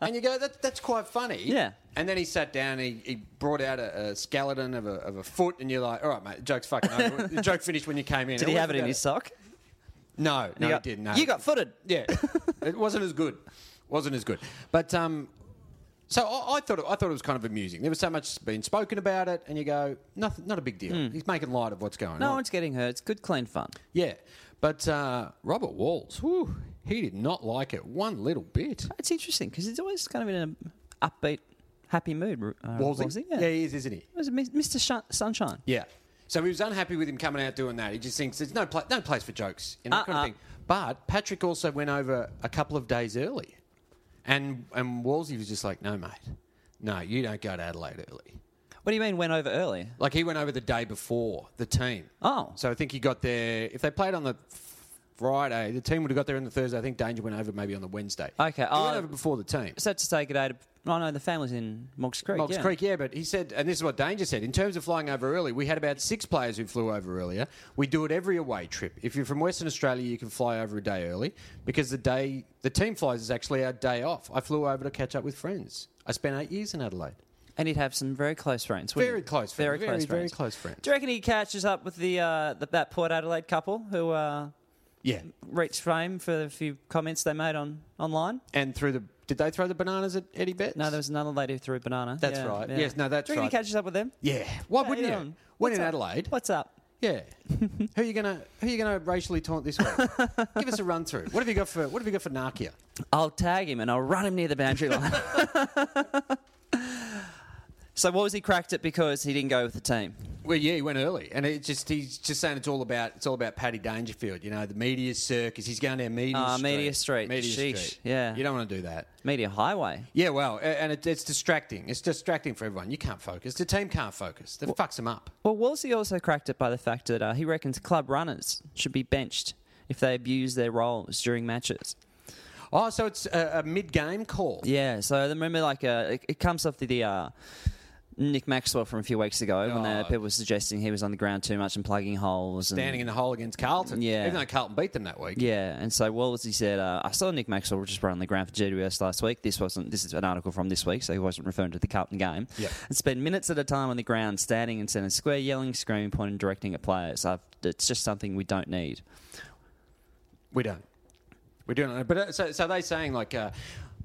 [SPEAKER 2] and you go, that, that's quite funny.
[SPEAKER 1] Yeah.
[SPEAKER 2] And then he sat down. He, he brought out a, a skeleton of a, of a foot, and you're like, "All right, mate, the joke's fucking over." the joke finished when you came in.
[SPEAKER 1] Did he have it in his sock?
[SPEAKER 2] No,
[SPEAKER 1] you
[SPEAKER 2] no, it
[SPEAKER 1] got,
[SPEAKER 2] didn't. No.
[SPEAKER 1] You got footed.
[SPEAKER 2] Yeah, it wasn't as good. Wasn't as good. But um, so I, I thought it, I thought it was kind of amusing. There was so much being spoken about it, and you go, nothing, not a big deal. He's making light of what's going
[SPEAKER 1] Hmm. No
[SPEAKER 2] on.
[SPEAKER 1] one's getting hurt. It's good, clean fun.
[SPEAKER 2] Yeah, but uh, Robert Walls, whew, he did not like it one little bit.
[SPEAKER 1] It's interesting because he's always kind of in an upbeat, happy mood. Uh, Wolsey, Yeah.
[SPEAKER 2] yeah, he is, isn't he?
[SPEAKER 1] It was mis- Mr. Shun- Sunshine.
[SPEAKER 2] Yeah. So he was unhappy with him coming out doing that. He just thinks there's no pla- no place for jokes and that kind of
[SPEAKER 1] Uh-uh.
[SPEAKER 2] thing. But Patrick also went over a couple of days early, and and Wolsey was just like, "No, mate, no, you don't go to Adelaide early."
[SPEAKER 1] What do you mean went over early?
[SPEAKER 2] Like he went over the day before the team.
[SPEAKER 1] Oh.
[SPEAKER 2] so I think he got there. If they played on the Friday, the team would have got there on the Thursday. I think Danger went over maybe on the Wednesday.
[SPEAKER 1] Okay,
[SPEAKER 2] he went
[SPEAKER 1] oh.
[SPEAKER 2] over before the team.
[SPEAKER 1] So to say good day to. I know the family's in Moggs Creek.
[SPEAKER 2] Mox
[SPEAKER 1] yeah.
[SPEAKER 2] Creek, yeah, but he said, and this is what Danger said in terms of flying over early, we had about six players who flew over earlier. We do it every away trip. If you're from Western Australia, you can fly over a day early because the day the team flies is actually our day off. I flew over to catch up with friends. I spent eight years in Adelaide.
[SPEAKER 1] And he'd have some very close friends. wouldn't
[SPEAKER 2] Very
[SPEAKER 1] he?
[SPEAKER 2] close friends. Very, very, close friends.
[SPEAKER 1] Do you reckon he catches up with the, uh, the that Port Adelaide couple who uh,
[SPEAKER 2] Yeah.
[SPEAKER 1] reached fame for the few comments they made on online?
[SPEAKER 2] And through the. Did they throw the bananas at Eddie Betts?
[SPEAKER 1] No, there was another lady who threw a banana.
[SPEAKER 2] That's right. Yes, no, that's
[SPEAKER 1] Do you reckon
[SPEAKER 2] right.
[SPEAKER 1] he catches up with them?
[SPEAKER 2] Yeah. Why
[SPEAKER 1] Hey, um,
[SPEAKER 2] wouldn't you? When
[SPEAKER 1] what's
[SPEAKER 2] in
[SPEAKER 1] up?
[SPEAKER 2] Adelaide.
[SPEAKER 1] What's up?
[SPEAKER 2] Yeah. who are you gonna who are you gonna racially taunt this week? Give us a run through. What have you got for what have you got for Narkia?
[SPEAKER 1] I'll tag him and I'll run him near the boundary line. so what was he cracked at because he didn't go with the team?
[SPEAKER 2] Well, yeah, he went early, and it just he's just saying it's all about it's all about Paddy Dangerfield. You know, the media circus. He's going down media
[SPEAKER 1] Ah,
[SPEAKER 2] street.
[SPEAKER 1] media street.
[SPEAKER 2] media
[SPEAKER 1] Sheesh.
[SPEAKER 2] street.
[SPEAKER 1] Yeah.
[SPEAKER 2] you don't want to do that.
[SPEAKER 1] Media highway.
[SPEAKER 2] Yeah, well, a- and it, it's distracting. It's distracting for everyone. You can't focus. The team can't focus. That fucks them up.
[SPEAKER 1] Well, Wolsey also cracked it by the fact that uh, he reckons club runners should be benched if they abuse their roles during matches.
[SPEAKER 2] Oh, so it's a, a mid-game call.
[SPEAKER 1] Yeah, so then remember, like, uh, it, it comes off the, the uh, Nick Maxwell from a few weeks ago when uh,
[SPEAKER 2] Oh.
[SPEAKER 1] people were suggesting he was on the ground too much and plugging holes. And,
[SPEAKER 2] Standing in the hole against Carlton.
[SPEAKER 1] Yeah.
[SPEAKER 2] Even though Carlton beat them that week.
[SPEAKER 1] Yeah, and so Wolsey said, uh, I saw Nick Maxwell just run on the ground for GWS last week. This wasn't. This is an article from this week, so he wasn't referring to the Carlton game.
[SPEAKER 2] Yep.
[SPEAKER 1] And spend minutes at a time on the ground, standing in centre square, yelling, screaming, pointing, directing at players. I've, it's just something we don't need.
[SPEAKER 2] We don't. We do not. But uh, so, so they saying like uh,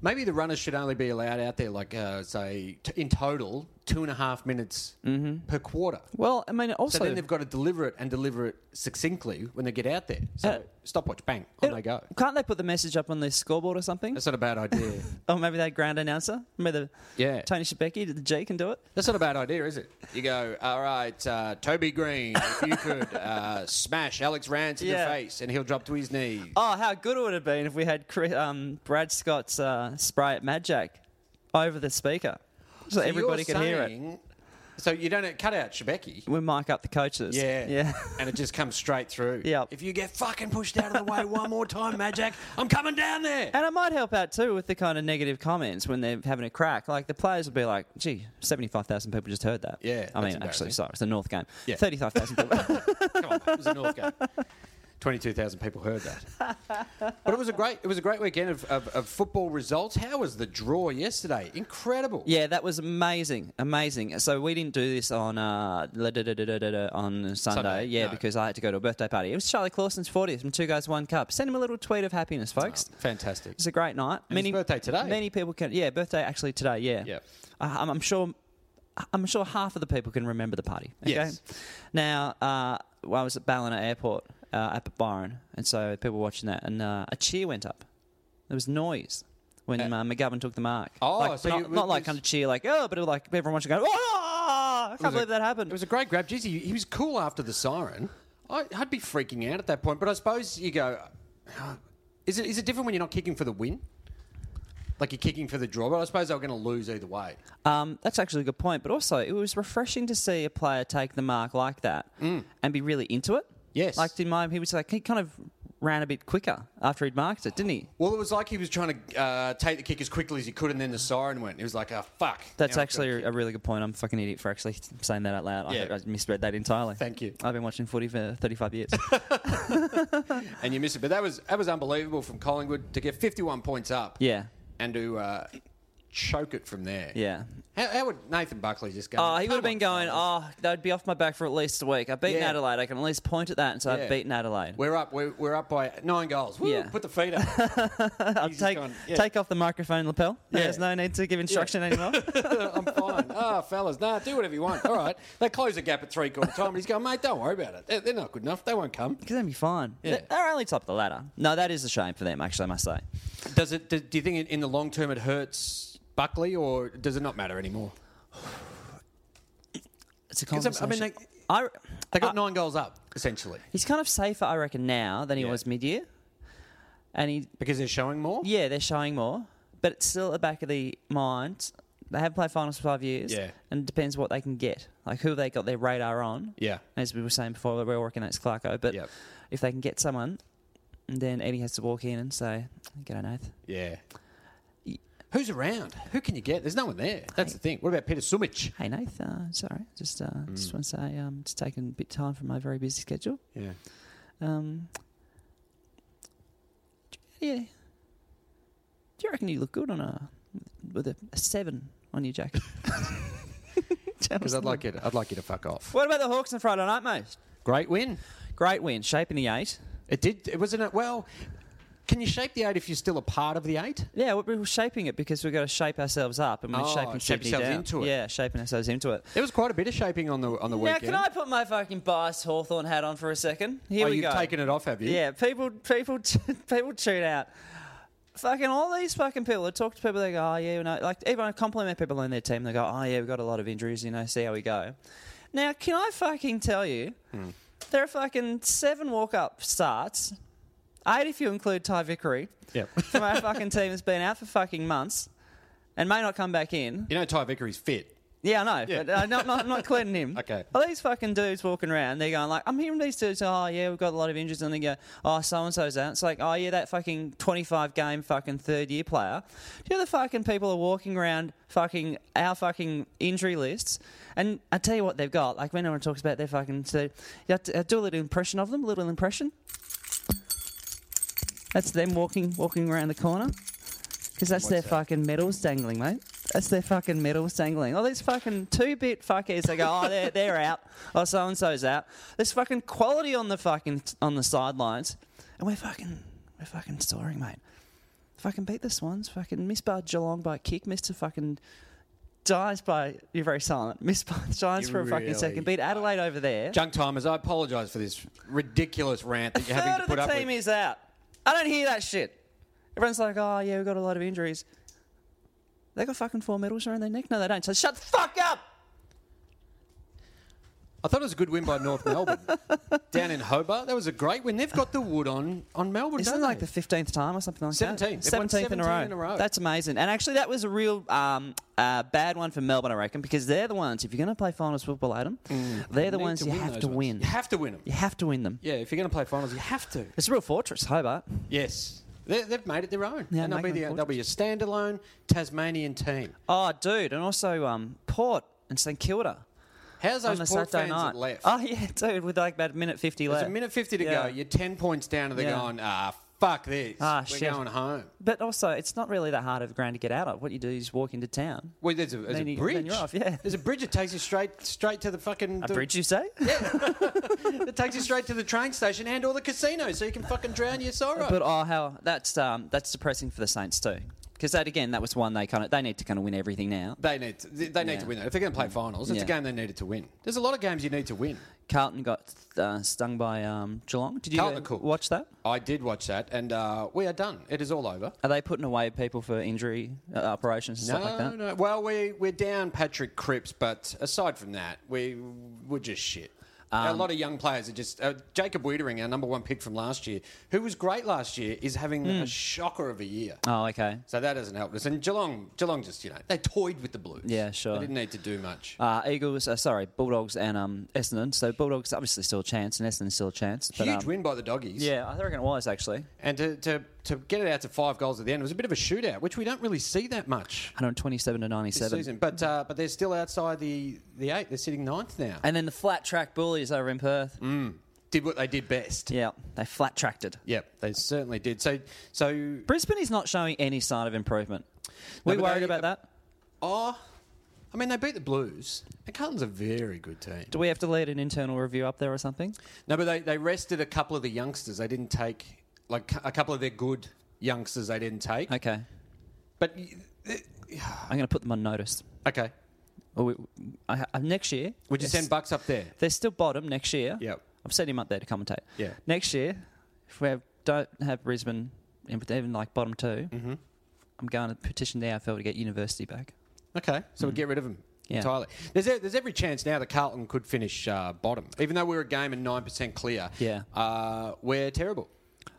[SPEAKER 2] maybe the runners should only be allowed out there like uh, say t- in total two and a half minutes
[SPEAKER 1] Mm-hmm.
[SPEAKER 2] per quarter.
[SPEAKER 1] Well, I mean,
[SPEAKER 2] So
[SPEAKER 1] also
[SPEAKER 2] then they've got to deliver it and deliver it succinctly when they get out there. So
[SPEAKER 1] Uh,
[SPEAKER 2] stopwatch, bang, on they go.
[SPEAKER 1] Can't they put the message up on their scoreboard or something?
[SPEAKER 2] That's not a bad idea.
[SPEAKER 1] Or maybe that ground announcer, maybe the
[SPEAKER 2] Yeah.
[SPEAKER 1] Tony Shebeki, the G can do it.
[SPEAKER 2] That's not a bad idea, is it? You go, all right, uh, Toby Green, if you could uh, smash Alex Rance in
[SPEAKER 1] Yeah.
[SPEAKER 2] the face and he'll drop to his knees.
[SPEAKER 1] Oh, how good it would have been if we had Chris, um, Brad Scott's uh, spray at Mad Jack over the speaker, so,
[SPEAKER 2] So
[SPEAKER 1] everybody
[SPEAKER 2] you're
[SPEAKER 1] could hear it.
[SPEAKER 2] saying- So you don't cut out Shebeki.
[SPEAKER 1] We mic up the coaches.
[SPEAKER 2] Yeah.
[SPEAKER 1] yeah.
[SPEAKER 2] and it just comes straight through.
[SPEAKER 1] Yep.
[SPEAKER 2] If you get fucking pushed out of the way one more time, Magic, I'm coming down there.
[SPEAKER 1] And it might help out too with the kind of negative comments when they're having a crack. Like the players would be like, "Gee, seventy-five thousand people just heard that."
[SPEAKER 2] Yeah,
[SPEAKER 1] I
[SPEAKER 2] that's
[SPEAKER 1] mean, actually,
[SPEAKER 2] embarrassing.
[SPEAKER 1] sorry, it's the North game.
[SPEAKER 2] Yeah.
[SPEAKER 1] thirty-five thousand people.
[SPEAKER 2] Come on, mate, it was a North game. Twenty-two thousand people heard that, but it was a great it was a great weekend of, of, of football results. How was the draw yesterday? Incredible.
[SPEAKER 1] yeah, that was amazing, amazing. So we didn't do this on uh, la- da- da- da- da- da- da- on Sunday,
[SPEAKER 2] Sunday,
[SPEAKER 1] yeah,
[SPEAKER 2] no.
[SPEAKER 1] because I had to go to a birthday party. It was Charlie Clausen's fortieth from Two Guys One Cup. Send him a little tweet of happiness, folks.
[SPEAKER 2] Oh. fantastic.
[SPEAKER 1] It's a great night.
[SPEAKER 2] And his birthday today.
[SPEAKER 1] Many people can. Yeah, birthday actually today. Yeah.
[SPEAKER 2] Yep.
[SPEAKER 1] I, I'm, I'm sure. I'm sure half of the people can remember the party. Okay?
[SPEAKER 2] Yes.
[SPEAKER 1] Now, uh, well, I was at Ballina Airport uh, up at Byron, and so people were watching that, and uh, a cheer went up. There was noise when uh, McGovern took the mark.
[SPEAKER 2] Oh,
[SPEAKER 1] like,
[SPEAKER 2] so
[SPEAKER 1] not,
[SPEAKER 2] you-
[SPEAKER 1] not like
[SPEAKER 2] was-
[SPEAKER 1] kind of cheer, like oh, but it was like everyone watching going, oh, I can't
[SPEAKER 2] It was a-
[SPEAKER 1] believe that happened.
[SPEAKER 2] It was a great grab. Jeez, he, he was cool after the siren. I, I'd be freaking out at that point, but I suppose you go. "Huh, Is it is it different when you're not kicking for the win? Like you're kicking for the draw, but I suppose they were going to lose either way.
[SPEAKER 1] Um, that's actually a good point, but also it was refreshing to see a player take the mark like that and be really into it.
[SPEAKER 2] Mm. Yes.
[SPEAKER 1] like in my, he was like he kind of ran a bit quicker after he'd marked it, didn't he?
[SPEAKER 2] Well, it was like he was trying to uh, take the kick as quickly as he could, and then the siren went. It was like, oh, fuck.
[SPEAKER 1] That's
[SPEAKER 2] Now I've
[SPEAKER 1] actually
[SPEAKER 2] got to kick."
[SPEAKER 1] a really good point. I'm a fucking idiot for actually saying that out loud.
[SPEAKER 2] Yeah.
[SPEAKER 1] I, I misread that entirely.
[SPEAKER 2] Thank you.
[SPEAKER 1] I've been watching footy for 35 years.
[SPEAKER 2] And you miss it. But that was that was unbelievable from Collingwood to get 51 points up
[SPEAKER 1] yeah,
[SPEAKER 2] and to uh, choke it from there.
[SPEAKER 1] yeah.
[SPEAKER 2] How, how would Nathan Buckley just go?
[SPEAKER 1] Oh, he would have
[SPEAKER 2] "Come
[SPEAKER 1] been
[SPEAKER 2] on,
[SPEAKER 1] going,
[SPEAKER 2] fellas."
[SPEAKER 1] oh, that would be off my back for at least a week. I've beaten
[SPEAKER 2] Yeah.
[SPEAKER 1] Adelaide. I can at least point at that and say
[SPEAKER 2] Yeah.
[SPEAKER 1] I've beaten Adelaide.
[SPEAKER 2] We're up. We're, we're up by nine goals. Woo,
[SPEAKER 1] Yeah.
[SPEAKER 2] Put the feet up.
[SPEAKER 1] I'll
[SPEAKER 2] just
[SPEAKER 1] take,
[SPEAKER 2] gone, yeah.
[SPEAKER 1] take off the microphone lapel. There's no need to give instruction anymore.
[SPEAKER 2] I'm fine. Ah, fellas, nah, do whatever you want. All right. They close the gap at three quarter time, and he's going, mate, don't worry about it. They're, they're not good enough. They won't come.
[SPEAKER 1] Because they'd be fine.
[SPEAKER 2] Yeah.
[SPEAKER 1] They're only top of the ladder. No, that is a shame for them, actually, I must say.
[SPEAKER 2] Does it? Do, do you think in- in the long term it hurts Buckley, or does it not matter anymore?
[SPEAKER 1] It's a
[SPEAKER 2] 'Cause, I
[SPEAKER 1] conversation.
[SPEAKER 2] mean, they,
[SPEAKER 1] I,
[SPEAKER 2] they got nine goals up essentially
[SPEAKER 1] he's kind of safer, I reckon, now than he
[SPEAKER 2] Yeah.
[SPEAKER 1] was mid-year. And he,
[SPEAKER 2] because they're showing more.
[SPEAKER 1] yeah, they're showing more, but it's still at the back of the mind. They have played finals for five years,
[SPEAKER 2] Yeah.
[SPEAKER 1] and it depends what they can get, like who they got their radar on.
[SPEAKER 2] Yeah.
[SPEAKER 1] as we were saying before, that we're working against Clarko, but
[SPEAKER 2] Yep.
[SPEAKER 1] if they can get someone, then Eddie has to walk in and say, "Get on Nath."
[SPEAKER 2] Yeah. Who's around? Who can you get? There's no one there. That's the thing. What about Peter Sumich?
[SPEAKER 1] Hey Nath, uh, sorry, just uh, just want to say, um, it's taken a bit of time from my very busy schedule.
[SPEAKER 2] Yeah.
[SPEAKER 1] Um, yeah. Do you reckon you look good on a with a, a seven on your jacket?
[SPEAKER 2] Because I'd like it. I'd like you to fuck off.
[SPEAKER 1] What about the Hawks on Friday night, mate?
[SPEAKER 2] Great win.
[SPEAKER 1] Great win, shaping the eight.
[SPEAKER 2] It did. It wasn't. It, well, can you shape the eight if you're still a part of the eight?
[SPEAKER 1] Yeah, we were shaping it because we've got to shape ourselves up and we're
[SPEAKER 2] Oh,
[SPEAKER 1] shaping
[SPEAKER 2] shape
[SPEAKER 1] Sydney
[SPEAKER 2] yourselves
[SPEAKER 1] down.
[SPEAKER 2] into it.
[SPEAKER 1] Yeah, shaping ourselves into it.
[SPEAKER 2] There was quite a bit of shaping on the on the
[SPEAKER 1] Now,
[SPEAKER 2] weekend.
[SPEAKER 1] can I put my fucking biased Hawthorn hat on for a second? Here
[SPEAKER 2] oh,
[SPEAKER 1] we
[SPEAKER 2] you've
[SPEAKER 1] go.
[SPEAKER 2] taken it off, have you?
[SPEAKER 1] Yeah, people, people, people tune out. Fucking all these fucking people. I talk to people. They go, oh yeah, you know, like even I compliment people on their team. They go, oh yeah, we've got a lot of injuries. You know, see how we go. Now, can I fucking tell you,
[SPEAKER 2] Hmm.
[SPEAKER 1] there are fucking seven walk-up starts, eight if you include Ty Vickery,
[SPEAKER 2] Yeah.
[SPEAKER 1] from our fucking team that's been out for fucking months and may not come back in.
[SPEAKER 2] You know, Ty Vickery's fit.
[SPEAKER 1] Yeah, I know.
[SPEAKER 2] Yeah.
[SPEAKER 1] But, uh, not, not, not including him.
[SPEAKER 2] Okay.
[SPEAKER 1] All these fucking dudes walking around, they're going like, I'm hearing these dudes, oh, yeah, we've got a lot of injuries. And they go, oh, so-and-so's out. It's like, oh, yeah, that fucking 25-game fucking third-year player. Do you know the fucking people are walking around fucking our fucking injury lists? And I tell you what they've got. Like, when everyone talks about their fucking... So, you have to, uh, do a little impression of them, a little impression. That's them walking walking around the corner. Because that's their fucking medals dangling, mate. That's their fucking medals dangling. All these fucking two bit fuckers, they go, oh, they're, they're out. Oh, so and so's out. There's fucking quality on the fucking on the sidelines, and we're fucking we're fucking soaring, mate. Fucking beat the Swans. Fucking misbarred Geelong by a kick. Missed a fucking Giants by you're very silent. Missed by the Giants for a fucking
[SPEAKER 2] Really?
[SPEAKER 1] second. Beat Adelaide over there.
[SPEAKER 2] Junk timers, I apologise for this ridiculous rant that you're having
[SPEAKER 1] Third
[SPEAKER 2] to
[SPEAKER 1] of
[SPEAKER 2] put
[SPEAKER 1] the
[SPEAKER 2] up
[SPEAKER 1] team
[SPEAKER 2] with.
[SPEAKER 1] is out. I don't hear that shit. Everyone's like, oh, yeah, we've got a lot of injuries. They got fucking four medals around their neck. No, they don't. So shut the fuck up.
[SPEAKER 2] I thought it was a good win by North Melbourne down in Hobart. That was a great win. They've got the wood on on Melbourne.
[SPEAKER 1] Isn't it
[SPEAKER 2] don't
[SPEAKER 1] like
[SPEAKER 2] they?
[SPEAKER 1] the 15th time or something like
[SPEAKER 2] 17.
[SPEAKER 1] that?
[SPEAKER 2] They've won
[SPEAKER 1] 17th in a,
[SPEAKER 2] 17
[SPEAKER 1] row.
[SPEAKER 2] in a row.
[SPEAKER 1] That's amazing. And actually, that was a real um, uh, bad one for Melbourne, I reckon, because they're the ones, if you're going to play finals football, Adam, they're the
[SPEAKER 2] Mm. Need
[SPEAKER 1] ones
[SPEAKER 2] to
[SPEAKER 1] you
[SPEAKER 2] win
[SPEAKER 1] have
[SPEAKER 2] those
[SPEAKER 1] to
[SPEAKER 2] ones.
[SPEAKER 1] win.
[SPEAKER 2] You have to win them.
[SPEAKER 1] You have to win them.
[SPEAKER 2] Yeah, if you're going to play finals, you have to.
[SPEAKER 1] It's a real fortress, Hobart.
[SPEAKER 2] Yes. They, they've made it their own.
[SPEAKER 1] Yeah,
[SPEAKER 2] and they'll be,
[SPEAKER 1] make
[SPEAKER 2] the,
[SPEAKER 1] them
[SPEAKER 2] they'll be a standalone Tasmanian team.
[SPEAKER 1] Oh, dude. And also um, Port and St Kilda.
[SPEAKER 2] How's
[SPEAKER 1] on
[SPEAKER 2] those
[SPEAKER 1] the
[SPEAKER 2] Port
[SPEAKER 1] Saturday
[SPEAKER 2] fans
[SPEAKER 1] night.
[SPEAKER 2] that left?
[SPEAKER 1] Oh yeah, dude, with like about a minute fifty
[SPEAKER 2] There's
[SPEAKER 1] left.
[SPEAKER 2] a minute 50 to
[SPEAKER 1] Yeah.
[SPEAKER 2] go. You're 10 points down and they're
[SPEAKER 1] Yeah.
[SPEAKER 2] going, ah, fuck this.
[SPEAKER 1] Ah,
[SPEAKER 2] We're
[SPEAKER 1] shit.
[SPEAKER 2] going home.
[SPEAKER 1] But also, it's not really that hard of a ground to get out of. What you do is walk into town.
[SPEAKER 2] Well, there's a, there's
[SPEAKER 1] Then
[SPEAKER 2] a
[SPEAKER 1] you- then
[SPEAKER 2] bridge.
[SPEAKER 1] you're off, yeah.
[SPEAKER 2] There's a bridge that takes you straight straight to the fucking...
[SPEAKER 1] A
[SPEAKER 2] the-
[SPEAKER 1] bridge, you say?
[SPEAKER 2] That takes you straight to the train station and all the casinos so you can fucking drown your sorrow.
[SPEAKER 1] But oh, how that's um, that's depressing for the Saints too, because that again, that was one they kind of they need to kind of win everything now.
[SPEAKER 2] they need to, they need
[SPEAKER 1] Yeah.
[SPEAKER 2] to win that. If they're going to play finals, it's
[SPEAKER 1] Yeah.
[SPEAKER 2] a game they needed to win. There's a lot of games you need to win.
[SPEAKER 1] Carlton got uh, stung by um, Geelong. Did you
[SPEAKER 2] Carlton
[SPEAKER 1] uh,
[SPEAKER 2] are cool.
[SPEAKER 1] watch that?
[SPEAKER 2] I did watch that and uh, we are done. It is all over.
[SPEAKER 1] Are they putting away people for injury uh, operations and
[SPEAKER 2] No,
[SPEAKER 1] stuff like that?
[SPEAKER 2] no. Well, we we're down Patrick Cripps, but aside from that, we we're just shit.
[SPEAKER 1] Um,
[SPEAKER 2] a lot of young players are just uh, Jacob Wiedering, our number one pick from last year, who was great last year, is having
[SPEAKER 1] Hmm.
[SPEAKER 2] a shocker of a year.
[SPEAKER 1] Oh, okay.
[SPEAKER 2] So that hasn't helped us. And Geelong, Geelong just you know they toyed with the Blues.
[SPEAKER 1] Yeah, sure.
[SPEAKER 2] They didn't need to do much.
[SPEAKER 1] Uh, Eagles, uh, sorry, Bulldogs and um, Essendon. So Bulldogs obviously still a chance, and Essendon still a chance. But,
[SPEAKER 2] Huge
[SPEAKER 1] um,
[SPEAKER 2] win by the doggies.
[SPEAKER 1] Yeah, I reckon it was actually.
[SPEAKER 2] And to, to, to get it out to five goals at the end was a bit of a shootout, which we don't really see that much
[SPEAKER 1] 127 to
[SPEAKER 2] this
[SPEAKER 1] 97.
[SPEAKER 2] season. But uh, but they're still outside the, the eight. They're sitting ninth now.
[SPEAKER 1] And then the flat track bullies over in Perth.
[SPEAKER 2] Mm. did what they did best.
[SPEAKER 1] Yeah, they flat tracked it.
[SPEAKER 2] Yep, they certainly did. So, so
[SPEAKER 1] Brisbane is not showing any sign of improvement. We
[SPEAKER 2] but uh,
[SPEAKER 1] worried
[SPEAKER 2] they-
[SPEAKER 1] about that?
[SPEAKER 2] oh, I mean, they beat the Blues. And Carlton's a very good team.
[SPEAKER 1] Do we have to lead an internal review up there or something?
[SPEAKER 2] No, but they, they rested a couple of the youngsters. They didn't take, like, a couple of their good youngsters they didn't take.
[SPEAKER 1] Okay.
[SPEAKER 2] But, y-
[SPEAKER 1] I'm going to put them on notice.
[SPEAKER 2] okay.
[SPEAKER 1] Or we, I, ha- uh, next year.
[SPEAKER 2] Would you
[SPEAKER 1] Yes.
[SPEAKER 2] send Bucks up there?
[SPEAKER 1] They're still bottom next year.
[SPEAKER 2] Yep.
[SPEAKER 1] I've set him up there to commentate.
[SPEAKER 2] Yeah.
[SPEAKER 1] Next year, if we have, don't have Brisbane in even like bottom 2 mm-hmm. I'm going to petition the AFL to get university back.
[SPEAKER 2] Okay. So we get rid of them
[SPEAKER 1] Yeah.
[SPEAKER 2] entirely. There's, e- there's every chance now that Carlton could finish uh, bottom. Even though we're a game and 9% clear,
[SPEAKER 1] Yeah.
[SPEAKER 2] uh, we're terrible.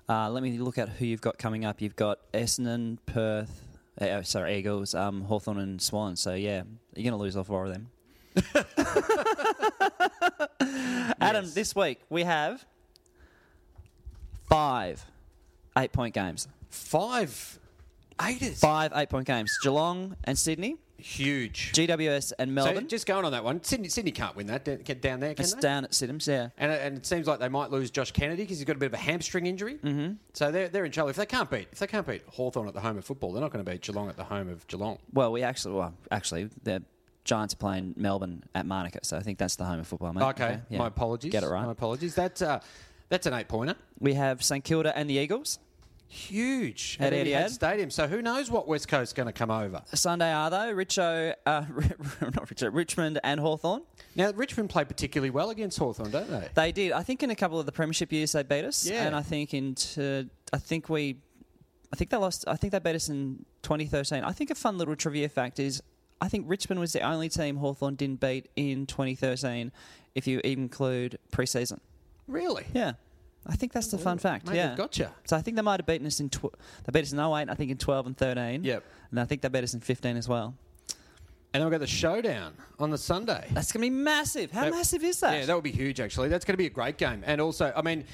[SPEAKER 1] Uh, let me look at who you've got coming up. You've got Essendon, Perth, eh, oh, sorry, Eagles, um, Hawthorn, and Swans. So, yeah, you're going to lose all four of them. Adam, this week we have five eight point games.
[SPEAKER 2] Five eighters.
[SPEAKER 1] Five eight point games. Geelong and Sydney,
[SPEAKER 2] Huge.
[SPEAKER 1] GWS and
[SPEAKER 2] so
[SPEAKER 1] Melbourne.
[SPEAKER 2] just going on that one, Sydney, Sydney can't win that d- get down there, can
[SPEAKER 1] it's
[SPEAKER 2] they?
[SPEAKER 1] down at Siddham's, yeah.
[SPEAKER 2] And, it- and it seems like they might lose Josh Kennedy because he's got a bit of a hamstring injury. Mm-hmm. So they're, they're in trouble. If they can't beat if they can't beat Hawthorn at the home of football, they're not going to beat Geelong at the home of Geelong.
[SPEAKER 1] Well, we actually, well, actually, the Giants are playing Melbourne at Marnica, so I think that's the home of football, mate.
[SPEAKER 2] Okay,
[SPEAKER 1] yeah.
[SPEAKER 2] my apologies.
[SPEAKER 1] Get it
[SPEAKER 2] My
[SPEAKER 1] right.
[SPEAKER 2] apologies. That's uh, that's an eight pointer.
[SPEAKER 1] We have St Kilda and the Eagles.
[SPEAKER 2] Huge
[SPEAKER 1] At Etihad.
[SPEAKER 2] Stadium. So who knows what West Coast's going to come over?
[SPEAKER 1] Sunday are though Richo, uh, not Richo, Richmond and Hawthorn.
[SPEAKER 2] Now Richmond play particularly well against Hawthorn, don't they?
[SPEAKER 1] They did. I think in a couple of the premiership years they beat us,
[SPEAKER 2] Yeah.
[SPEAKER 1] and I think in t- I think we, I think they lost. I think they beat us in 2013. I think a fun little trivia fact is I think Richmond was the only team Hawthorn didn't beat in 2013, if you include preseason.
[SPEAKER 2] Really?
[SPEAKER 1] Yeah, I think that's the fun fact.
[SPEAKER 2] Mate,
[SPEAKER 1] yeah,
[SPEAKER 2] they've gotcha.
[SPEAKER 1] So I think they might have beaten us in tw- they beat us in 08, I think in 12 and 13.
[SPEAKER 2] Yep.
[SPEAKER 1] and I think they beat us in 15 as well.
[SPEAKER 2] And then we've got the showdown on the Sunday.
[SPEAKER 1] That's gonna be massive. How
[SPEAKER 2] That-
[SPEAKER 1] massive is that?
[SPEAKER 2] Yeah, that would be huge, actually. That's going to be a great game. And also, I mean,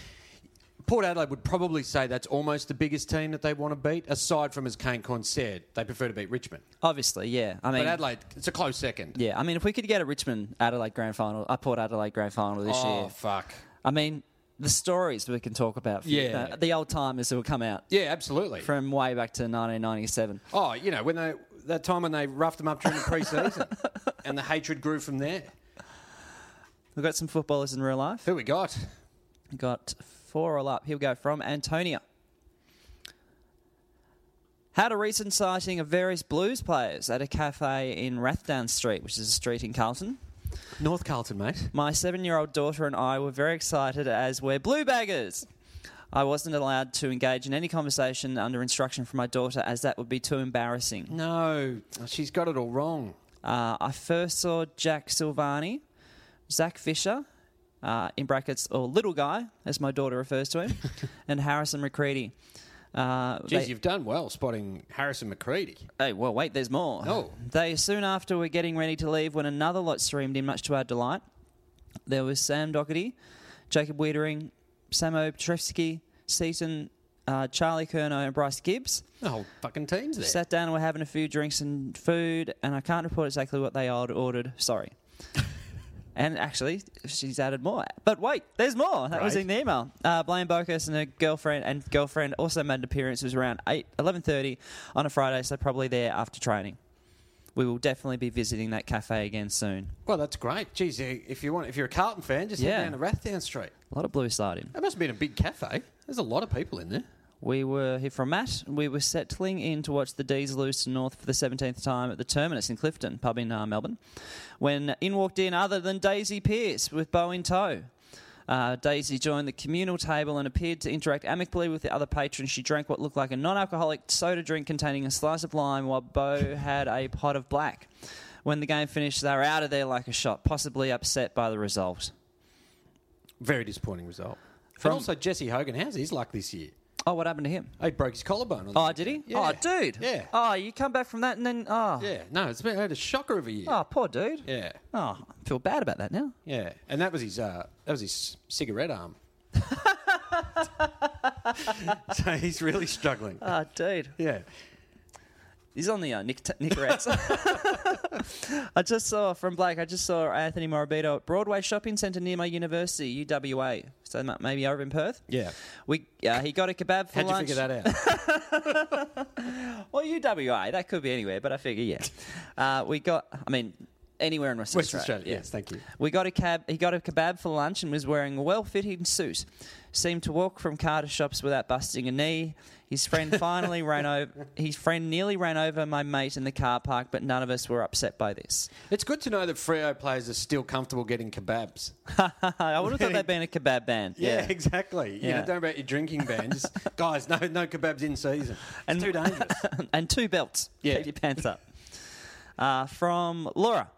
[SPEAKER 2] Port Adelaide would probably say that's almost the biggest team that they want to beat, aside from, as Kane Corn said, they prefer to beat Richmond.
[SPEAKER 1] Obviously, yeah. I mean,
[SPEAKER 2] But Adelaide, it's a close second.
[SPEAKER 1] yeah. I mean, if we could get a Richmond Adelaide grand final, I Port Adelaide grand final this
[SPEAKER 2] oh,
[SPEAKER 1] year.
[SPEAKER 2] fuck.
[SPEAKER 1] I mean, the stories we can talk about. For,
[SPEAKER 2] Yeah.
[SPEAKER 1] uh, the old timers who will come out
[SPEAKER 2] Yeah, absolutely.
[SPEAKER 1] from way back to 1997.
[SPEAKER 2] oh, you know, when they that time when they roughed them up during the preseason, and the hatred grew from there.
[SPEAKER 1] We've got some footballers in real life.
[SPEAKER 2] Who we got?
[SPEAKER 1] We've got four all up. Here we go from Antonia. Had a recent sighting of various blues players at a cafe in Rathdown Street, which is a street in Carlton.
[SPEAKER 2] North Carlton, mate.
[SPEAKER 1] My seven year old daughter and I were very excited as we're blue baggers. I wasn't allowed to engage in any conversation under instruction from my daughter as that would be too embarrassing.
[SPEAKER 2] No, Oh, she's got it all wrong.
[SPEAKER 1] Uh, I first saw Jack Silvani, Zach Fisher, uh, in brackets, or Little Guy, as my daughter refers to him, and Harrison McCready. Uh,
[SPEAKER 2] Jeez,
[SPEAKER 1] they-
[SPEAKER 2] you've done well spotting Harrison McCready.
[SPEAKER 1] Hey, well, wait, there's more.
[SPEAKER 2] Oh.
[SPEAKER 1] They soon after were getting ready to leave when another lot streamed in, much to our delight. There was Sam Doherty, Jacob Wiedering, Samo Petrevsky, Seaton, uh, Charlie Kerno, and Bryce Gibbs.
[SPEAKER 2] The whole fucking team's there.
[SPEAKER 1] Sat down and were having a few drinks and food, and I can't report exactly what they had ordered. Sorry. and actually, she's added more. But wait, there's more. That was
[SPEAKER 2] Right.
[SPEAKER 1] in the email. Uh, Blaine Bocas and her girlfriend and girlfriend also made an appearance. It was around 8, 11.30 on a Friday, so probably there after training. We will definitely be visiting that cafe again soon.
[SPEAKER 2] Well, that's great. Geez, if you want, if you're a Carlton fan, just
[SPEAKER 1] Yeah.
[SPEAKER 2] head down to Rathdown Street.
[SPEAKER 1] A lot of blue sliding.
[SPEAKER 2] That must have been a big cafe. There's a lot of people in there.
[SPEAKER 1] We were here from Matt. We were settling in to watch the D's lose to North for the 17th time at the Terminus in Clifton pub in uh, Melbourne. When in walked in other than Daisy Pearce with bow in tow. Uh, Daisy joined the communal table and appeared to interact amicably with the other patrons. She drank what looked like a non alcoholic soda drink containing a slice of lime, while Bo had a pot of black. When the game finished, they were out of there like a shot, possibly upset by the result.
[SPEAKER 2] Very disappointing result.
[SPEAKER 1] From-
[SPEAKER 2] and also Jesse Hogan, how's his luck this year?
[SPEAKER 1] Oh, what happened to him?
[SPEAKER 2] Oh, he broke his collarbone. On the
[SPEAKER 1] Oh, did he?
[SPEAKER 2] weekend. Yeah.
[SPEAKER 1] Oh, dude.
[SPEAKER 2] Yeah.
[SPEAKER 1] Oh, you come back from that and then. Oh.
[SPEAKER 2] Yeah. No, it's been had a shocker of a year.
[SPEAKER 1] Oh, poor dude.
[SPEAKER 2] Yeah.
[SPEAKER 1] Oh, I feel bad about that now.
[SPEAKER 2] Yeah. And that was his. Uh, that was his cigarette arm. so he's really struggling.
[SPEAKER 1] Oh, Ah, dude.
[SPEAKER 2] Yeah.
[SPEAKER 1] He's on the uh, Nick t- Nick Rats. I just saw from Blake. I just saw Anthony Morabito at Broadway Shopping Centre near my university, UWA. So ma- maybe over in Perth.
[SPEAKER 2] Yeah.
[SPEAKER 1] We uh, he got a kebab for
[SPEAKER 2] How'd you
[SPEAKER 1] lunch.
[SPEAKER 2] figure that out?
[SPEAKER 1] Well, UWA. That could be anywhere, but I figure yeah. uh, we got. I mean, anywhere in Western,
[SPEAKER 2] West Australia.
[SPEAKER 1] yeah.
[SPEAKER 2] Yes, thank you.
[SPEAKER 1] We got a cab. He got a kebab for lunch and was wearing a well-fitting suit. Seemed to walk from car to shops without busting a knee. His friend finally ran over. His friend nearly ran over my mate in the car park, but none of us were upset by this.
[SPEAKER 2] It's good to know that Frio players are still comfortable getting kebabs.
[SPEAKER 1] I would have thought they'd been a kebab band. Yeah.
[SPEAKER 2] exactly. You
[SPEAKER 1] Yeah.
[SPEAKER 2] know, don't about your drinking ban. Just, guys, no, no kebabs in season. It's
[SPEAKER 1] And-
[SPEAKER 2] too dangerous.
[SPEAKER 1] and two belts.
[SPEAKER 2] Yeah.
[SPEAKER 1] Keep your pants up. Uh, from Laura.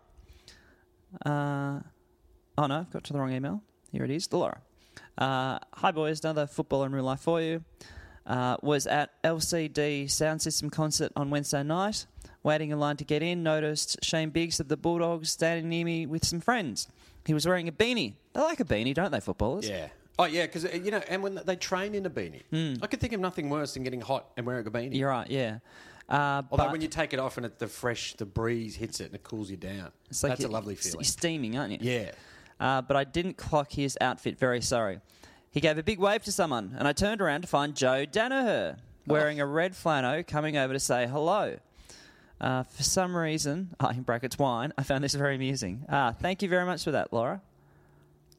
[SPEAKER 1] Uh, oh no, I've got to the wrong email. Here it is, the Laura. Uh, hi boys, another football in real life for you. Uh, was at LCD Sound System concert on Wednesday night. Waiting in line to get in, noticed Shane Biggs of the Bulldogs standing near me with some friends. He was wearing a beanie. They like a beanie, don't they, footballers?
[SPEAKER 2] yeah. Oh yeah, because you know, and when they train in a beanie, I could think of nothing worse than getting hot and wearing a beanie.
[SPEAKER 1] Hmm. You're right, yeah. Uh,
[SPEAKER 2] Although
[SPEAKER 1] but-
[SPEAKER 2] when you take it off and it, the fresh, the breeze hits it and it cools you down.
[SPEAKER 1] It's like
[SPEAKER 2] That's
[SPEAKER 1] you-
[SPEAKER 2] a lovely
[SPEAKER 1] s-
[SPEAKER 2] feeling.
[SPEAKER 1] You're steaming, aren't you?
[SPEAKER 2] Yeah.
[SPEAKER 1] Uh, but I didn't clock his outfit. Very sorry. He gave a big wave to someone, and I turned around to find Joe Danaher wearing a red flannel coming over to say hello. Uh, for some reason, uh, in brackets wine, I found this very amusing. Ah, thank you very much for that, Laura.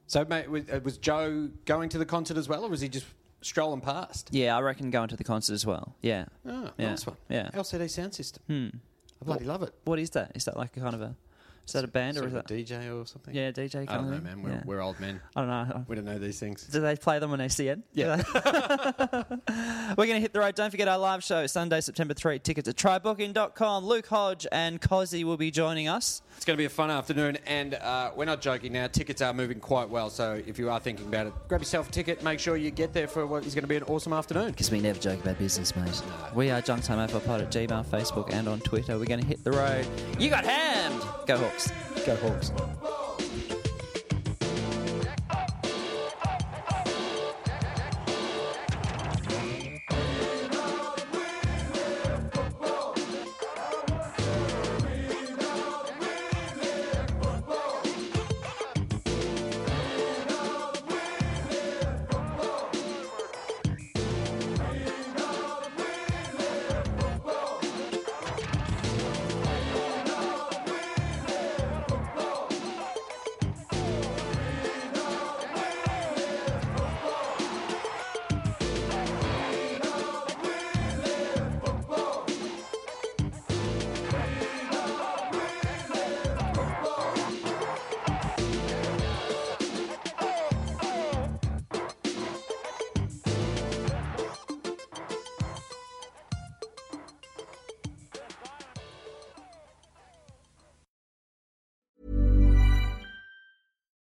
[SPEAKER 2] So, mate, was, uh, was Joe going to the concert as well, or was he just strolling past?
[SPEAKER 1] Yeah, I reckon going to the concert as well. Yeah.
[SPEAKER 2] Oh,
[SPEAKER 1] yeah.
[SPEAKER 2] nice one.
[SPEAKER 1] Yeah. Hmm.
[SPEAKER 2] LCD sound system. I bloody love it.
[SPEAKER 1] What is that? Is that like a kind of a? Is that a band or
[SPEAKER 2] Sort
[SPEAKER 1] is
[SPEAKER 2] of a
[SPEAKER 1] that?
[SPEAKER 2] DJ or something?
[SPEAKER 1] Yeah, DJ. Kind
[SPEAKER 2] I don't
[SPEAKER 1] of
[SPEAKER 2] know,
[SPEAKER 1] thing?
[SPEAKER 2] man. We're,
[SPEAKER 1] Yeah.
[SPEAKER 2] we're old men.
[SPEAKER 1] I don't know.
[SPEAKER 2] We don't know these things.
[SPEAKER 1] Do they play them on SEN?
[SPEAKER 2] Yeah.
[SPEAKER 1] We're going to hit the road. Don't forget our live show, Sunday, September 3. Tickets at trybooking.com. Luke Hodge and Cozzy will be joining us.
[SPEAKER 2] It's going to be a fun afternoon, and uh, we're not joking now. Tickets are moving quite well, so if you are thinking about it, grab yourself a ticket. Make sure you get there for what is going to be an awesome afternoon.
[SPEAKER 1] Because we never joke about business, mate. We are Junk Time Over Pod at Gmail, Facebook, and on Twitter. We're going to hit the road. You got hammed! Go Hawks.
[SPEAKER 2] Go Hawks.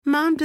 [SPEAKER 3] Mom